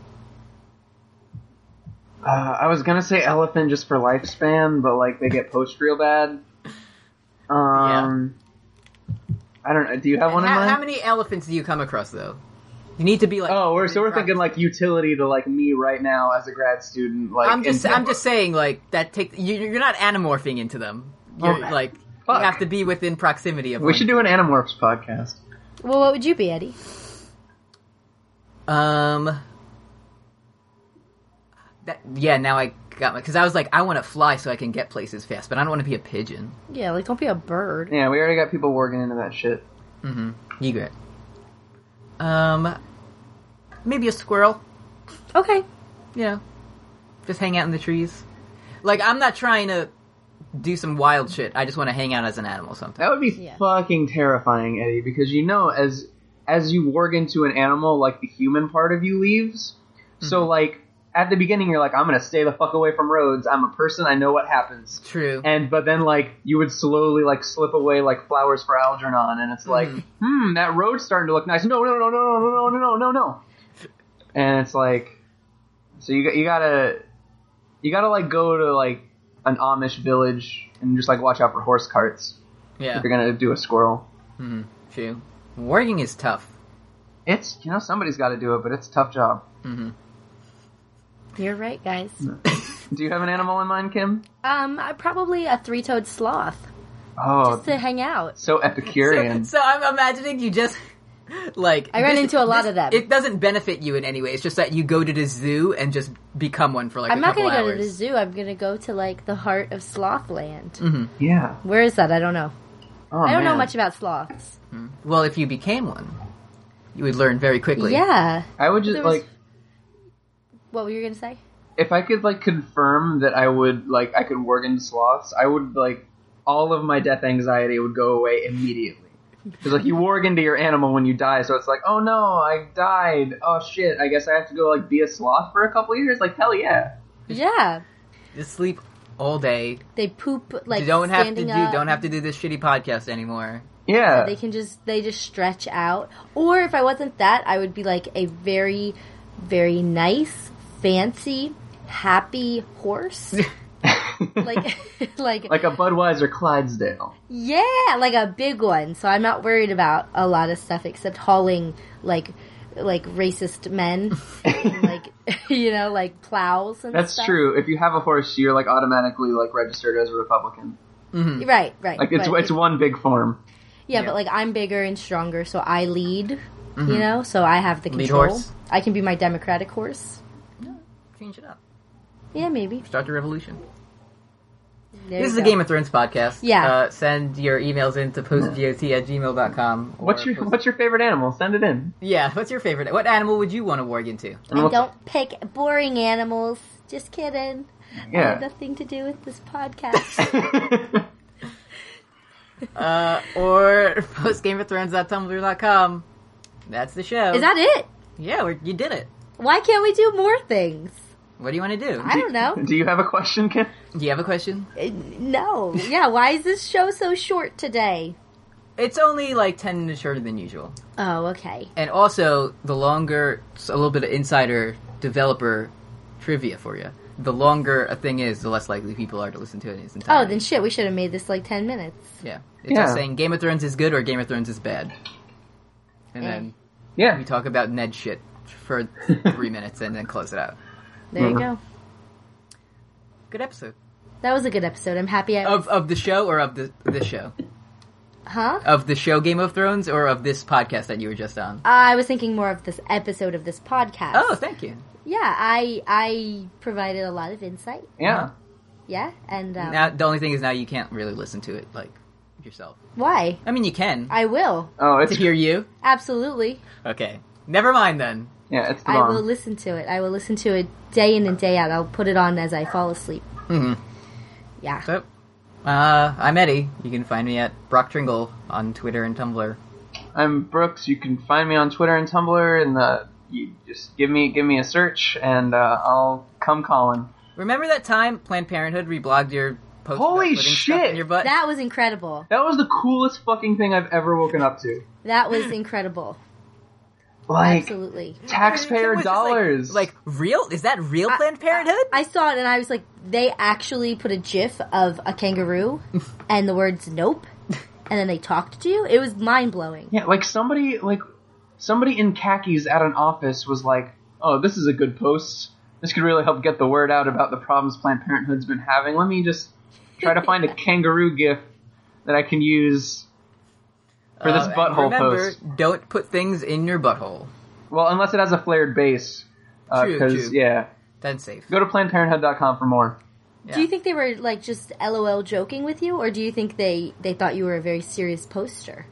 Speaker 2: Uh, I was gonna say elephant just for lifespan, but like they get poached real bad. Um, I don't know. Do you have one in
Speaker 1: how,
Speaker 2: mind?
Speaker 1: how many elephants do you come across though? You need to be like.
Speaker 2: oh, we're so we're thinking like utility to like me right now as a grad student. Like
Speaker 1: I'm just
Speaker 2: in-
Speaker 1: I'm just saying like that take you, you're not anamorphing into them. You're
Speaker 2: Oh,
Speaker 1: like
Speaker 2: fuck.
Speaker 1: you have to be within proximity of.
Speaker 2: We should do an Animorphs podcast.
Speaker 3: Well, what would you be, Eddie?
Speaker 1: do. Um. That yeah. Now I got my because I was like I want to fly so I can get places fast, but I don't want to be a pigeon.
Speaker 3: Yeah, like don't be a bird.
Speaker 2: Yeah, we already got people working into that shit.
Speaker 1: Egret. Um. Maybe a squirrel.
Speaker 3: Okay.
Speaker 1: you know, just hang out in the trees. Like, I'm not trying to do some wild shit. I just want to hang out as an animal sometimes.
Speaker 2: That would be
Speaker 3: Yeah.
Speaker 2: fucking terrifying, Eddie, because you know
Speaker 1: Mm-hmm.
Speaker 2: as as you warg into an animal, like the human part of you leaves. So like at the beginning you're like, I'm gonna stay the fuck away from roads. I'm a person. I know what happens.
Speaker 1: True.
Speaker 2: And but then like you would slowly like slip away like flowers for Algernon, and it's like, hmm, that road's starting to look nice. No, no, no, no, no, no, no, no, no, no. And it's like, so you got- you gotta you gotta like go to like an Amish village and just like watch out for horse carts
Speaker 1: yeah.
Speaker 2: if you're gonna do a squirrel.
Speaker 1: Mhm. True. Warning is tough.
Speaker 2: It's you know somebody's got to do it, but it's a tough job.
Speaker 3: You're right, guys.
Speaker 1: Hmm.
Speaker 2: Do you have an animal in mind, Kim?
Speaker 3: Um, I probably a three-toed sloth
Speaker 2: Oh,
Speaker 3: just to hang out.
Speaker 2: so Epicurean.
Speaker 1: So I'm imagining you just like
Speaker 3: I ran into a lot of them.
Speaker 1: It doesn't benefit you in any way. It's just that you go to the zoo and just become one for like
Speaker 3: I'm
Speaker 1: a
Speaker 3: not
Speaker 1: couple
Speaker 3: gonna
Speaker 1: hours.
Speaker 3: go to the zoo. I'm gonna go to like the heart of Slothland.
Speaker 2: yeah.
Speaker 3: Where is that? I don't know.
Speaker 2: Oh,
Speaker 3: I don't know
Speaker 2: man.
Speaker 3: much about sloths.
Speaker 1: Well, if you became one, you would learn very quickly.
Speaker 3: Yeah.
Speaker 2: I would just
Speaker 3: There was-
Speaker 2: like
Speaker 3: What were you gonna say?
Speaker 2: if I could like confirm that I would like I could work in sloths, I would like all of my death anxiety would go away immediately. Because like you warg into your animal when you die, so it's like, oh no, I died. Oh shit, I guess I have to go like be a sloth for a couple of years. Like hell yeah.
Speaker 3: Yeah.
Speaker 1: Just sleep all day.
Speaker 3: They poop like
Speaker 1: you don't have to
Speaker 3: standing
Speaker 1: do
Speaker 3: up.
Speaker 1: don't have to do this shitty podcast anymore.
Speaker 2: Yeah.
Speaker 3: They can just they just stretch out. Or if I wasn't that, I would be like a very, very nice, fancy, happy horse. like, like,
Speaker 2: like a Budweiser Clydesdale.
Speaker 3: yeah, like a big one. So I'm not worried about a lot of stuff except hauling like, like racist men, and, like you know, like plows and
Speaker 2: That's
Speaker 3: stuff.
Speaker 2: true. If you have a horse, you're like automatically like registered as a Republican.
Speaker 1: Mm-hmm,
Speaker 3: Right, right.
Speaker 2: Like it's
Speaker 3: but-
Speaker 2: it's one big form.
Speaker 3: Yeah,
Speaker 1: Yeah.
Speaker 3: but like I'm bigger and stronger, so I lead.
Speaker 1: mm-hmm.
Speaker 2: Mm-hmm.
Speaker 3: You know, so I have the
Speaker 1: Lead
Speaker 3: control.
Speaker 1: horse.
Speaker 3: I can be my democratic horse.
Speaker 1: Change it up.
Speaker 3: Yeah, maybe.
Speaker 1: Start the revolution. this
Speaker 3: There you
Speaker 1: is the
Speaker 3: go.
Speaker 1: Game of Thrones podcast.
Speaker 3: Yeah.
Speaker 1: Uh, send your emails in to postgot at gmail.com. or
Speaker 2: What's your
Speaker 1: post-
Speaker 2: what's your favorite animal? Send it in.
Speaker 1: Yeah, what's your favorite? What animal would you want to warg into?
Speaker 3: I don't pick boring animals. Just kidding. I have
Speaker 2: Yeah.
Speaker 3: nothing to do with this podcast.
Speaker 1: Uh, or postgameofthrones.tumblr.com. That's the show.
Speaker 3: is that it?
Speaker 1: Yeah, we're, you did it.
Speaker 3: Why can't we do more things?
Speaker 1: What do you want to do?
Speaker 3: I don't know.
Speaker 2: Do you have a question, Kim?
Speaker 1: Do you have a question?
Speaker 3: Uh, No. Yeah, why is this show so short today?
Speaker 1: It's only like 10 minutes shorter than usual.
Speaker 3: Oh, okay.
Speaker 1: And also, the longer, s- a little bit of insider developer trivia for you. The longer a thing is, the less likely people are to listen to it in its
Speaker 3: Oh,
Speaker 1: entirety.
Speaker 3: then shit, we should have made this like 10 minutes.
Speaker 1: yeah. It's
Speaker 2: Yeah.
Speaker 1: just saying Game of Thrones is good or Game of Thrones is bad. And then
Speaker 2: Yeah.
Speaker 1: we talk about Ned shit for three minutes and then close it out.
Speaker 3: There you
Speaker 1: Mm-hmm.
Speaker 3: go.
Speaker 1: Good episode.
Speaker 3: That was a good episode. I'm happy I
Speaker 1: Of of the show or of the this show?
Speaker 3: Huh?
Speaker 1: Of the show Game of Thrones or of this podcast that you were just on?
Speaker 3: I was thinking more of this episode of this podcast.
Speaker 1: Oh, thank you.
Speaker 3: Yeah, I I provided a lot of insight.
Speaker 2: Yeah.
Speaker 3: Yeah, and um,
Speaker 1: Now the only thing is now you can't really listen to it like yourself.
Speaker 3: why?
Speaker 1: I mean you can
Speaker 3: I will
Speaker 2: Oh,
Speaker 1: to
Speaker 2: it's
Speaker 1: hear you.
Speaker 3: absolutely.
Speaker 1: Okay. Never mind then.
Speaker 2: yeah, it's
Speaker 3: I
Speaker 2: long.
Speaker 3: will listen to it. I will listen to it day in and day out. I'll put it on as I fall asleep.
Speaker 1: Mhm.
Speaker 3: Yeah.
Speaker 1: So uh, I'm Eddie. You can find me at Brock Tringle on Twitter and Tumblr.
Speaker 2: I'm Brooks. You can find me on Twitter and Tumblr, and uh, you just give me give me a search, and uh, I'll come calling.
Speaker 1: Remember that time Planned Parenthood reblogged your post about
Speaker 2: Holy
Speaker 1: putting stuff
Speaker 2: shit!
Speaker 1: in your butt?
Speaker 3: That was incredible.
Speaker 2: That was the coolest fucking thing I've ever woken up to.
Speaker 3: That was incredible.
Speaker 2: Like
Speaker 3: Absolutely.
Speaker 2: taxpayer
Speaker 1: It was just like-
Speaker 2: dollars.
Speaker 1: Like, real? Is that real Planned Parenthood?
Speaker 3: I saw it and I was like, they actually put a gif of a kangaroo and the words nope, and then they talked to you. It was mind blowing.
Speaker 2: yeah, like somebody like somebody in khakis at an office was like, "Oh, this is a good post. This could really help get the word out about the problems Planned Parenthood's been having. Let me just try to find a kangaroo gif that I can use." For this
Speaker 1: Uh, and
Speaker 2: butthole
Speaker 1: remember,
Speaker 2: post.
Speaker 1: don't put things in your butthole.
Speaker 2: Well, unless it has a flared base.
Speaker 1: True,
Speaker 2: Because,
Speaker 1: true.
Speaker 2: yeah.
Speaker 1: That's safe.
Speaker 2: Go to PlannedParenthood.com for more.
Speaker 1: Yeah.
Speaker 3: Do you think they were like just LOL joking with you, or do you think they they thought you were a very serious poster?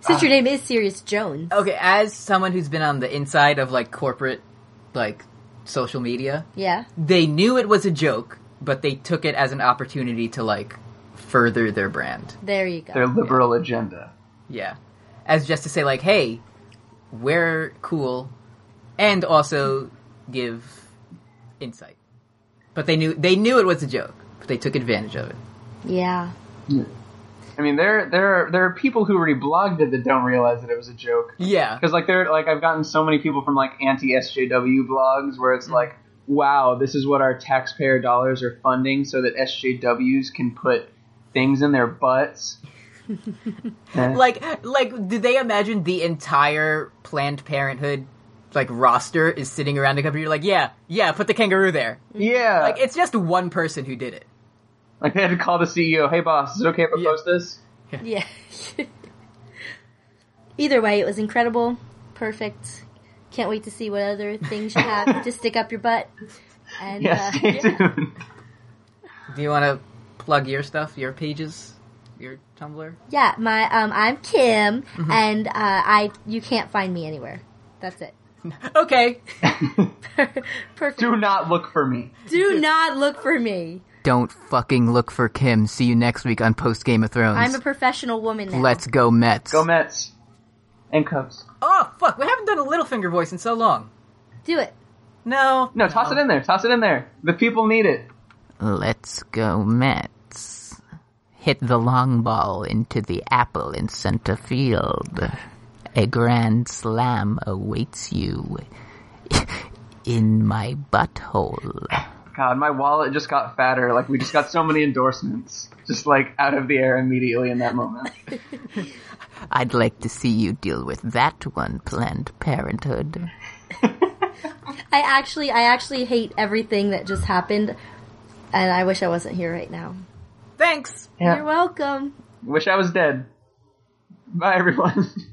Speaker 3: Since your name is Serious Jones,
Speaker 1: Uh, Okay, as someone who's been on the inside of like corporate, like social media,
Speaker 3: yeah,
Speaker 1: they knew it was a joke, but they took it as an opportunity to like further their brand.
Speaker 3: there you go.
Speaker 2: Their liberal agenda.
Speaker 1: Yeah, as just to say like, hey, we're cool, and also give insight. But they knew they knew it was a joke, but they took advantage of it.
Speaker 3: Yeah.
Speaker 2: I mean, there there are, there are people who reblogged it that don't realize that it was a joke.
Speaker 1: Yeah.
Speaker 2: Because like there like I've gotten so many people from like anti SJW blogs where it's like, wow, this is what our taxpayer dollars are funding so that SJWs can put things in their butts. Eh.
Speaker 1: Like like do they imagine the entire Planned Parenthood like roster is sitting around the computer like, yeah, yeah, put the kangaroo there.
Speaker 2: yeah,
Speaker 1: Like it's just one person who did it.
Speaker 2: Like, they had to call the CEO. Hey boss, is it okay if I
Speaker 1: Yeah.
Speaker 2: post this?
Speaker 3: Yeah. Either way, it was incredible. Perfect. Can't wait to see what other things you have to stick up your butt. And
Speaker 2: Yeah,
Speaker 3: uh,
Speaker 2: stay
Speaker 3: yeah.
Speaker 2: tuned.
Speaker 1: Do you want to plug your stuff, your pages, your Tumblr?
Speaker 3: Yeah, my um, I'm Kim,
Speaker 2: Mm-hmm.
Speaker 3: and uh, I you can't find me anywhere. That's it.
Speaker 1: Okay.
Speaker 3: Perfect.
Speaker 2: Do not look for me.
Speaker 3: Do not look for me.
Speaker 1: Don't fucking look for Kim. See you next week on Post Game of Thrones.
Speaker 3: I'm a professional woman now.
Speaker 1: Let's go Mets.
Speaker 2: Go Mets and Cubs.
Speaker 1: oh fuck, we haven't done a Littlefinger voice in so long.
Speaker 3: do it.
Speaker 1: No.
Speaker 2: No, toss it in there. Toss it in there. The people need it.
Speaker 1: Let's go Mets. Hit the long ball into the apple in center field. A grand slam awaits you in my butthole.
Speaker 2: God, my wallet just got fatter. Like we just got so many endorsements, just like out of the air immediately in that moment.
Speaker 1: I'd like to see you deal with that one, Planned Parenthood.
Speaker 3: I actually I actually hate everything that just happened, and I wish I wasn't here right now.
Speaker 1: Thanks!
Speaker 2: Yeah.
Speaker 3: You're welcome.
Speaker 2: Wish I was dead. Bye, everyone.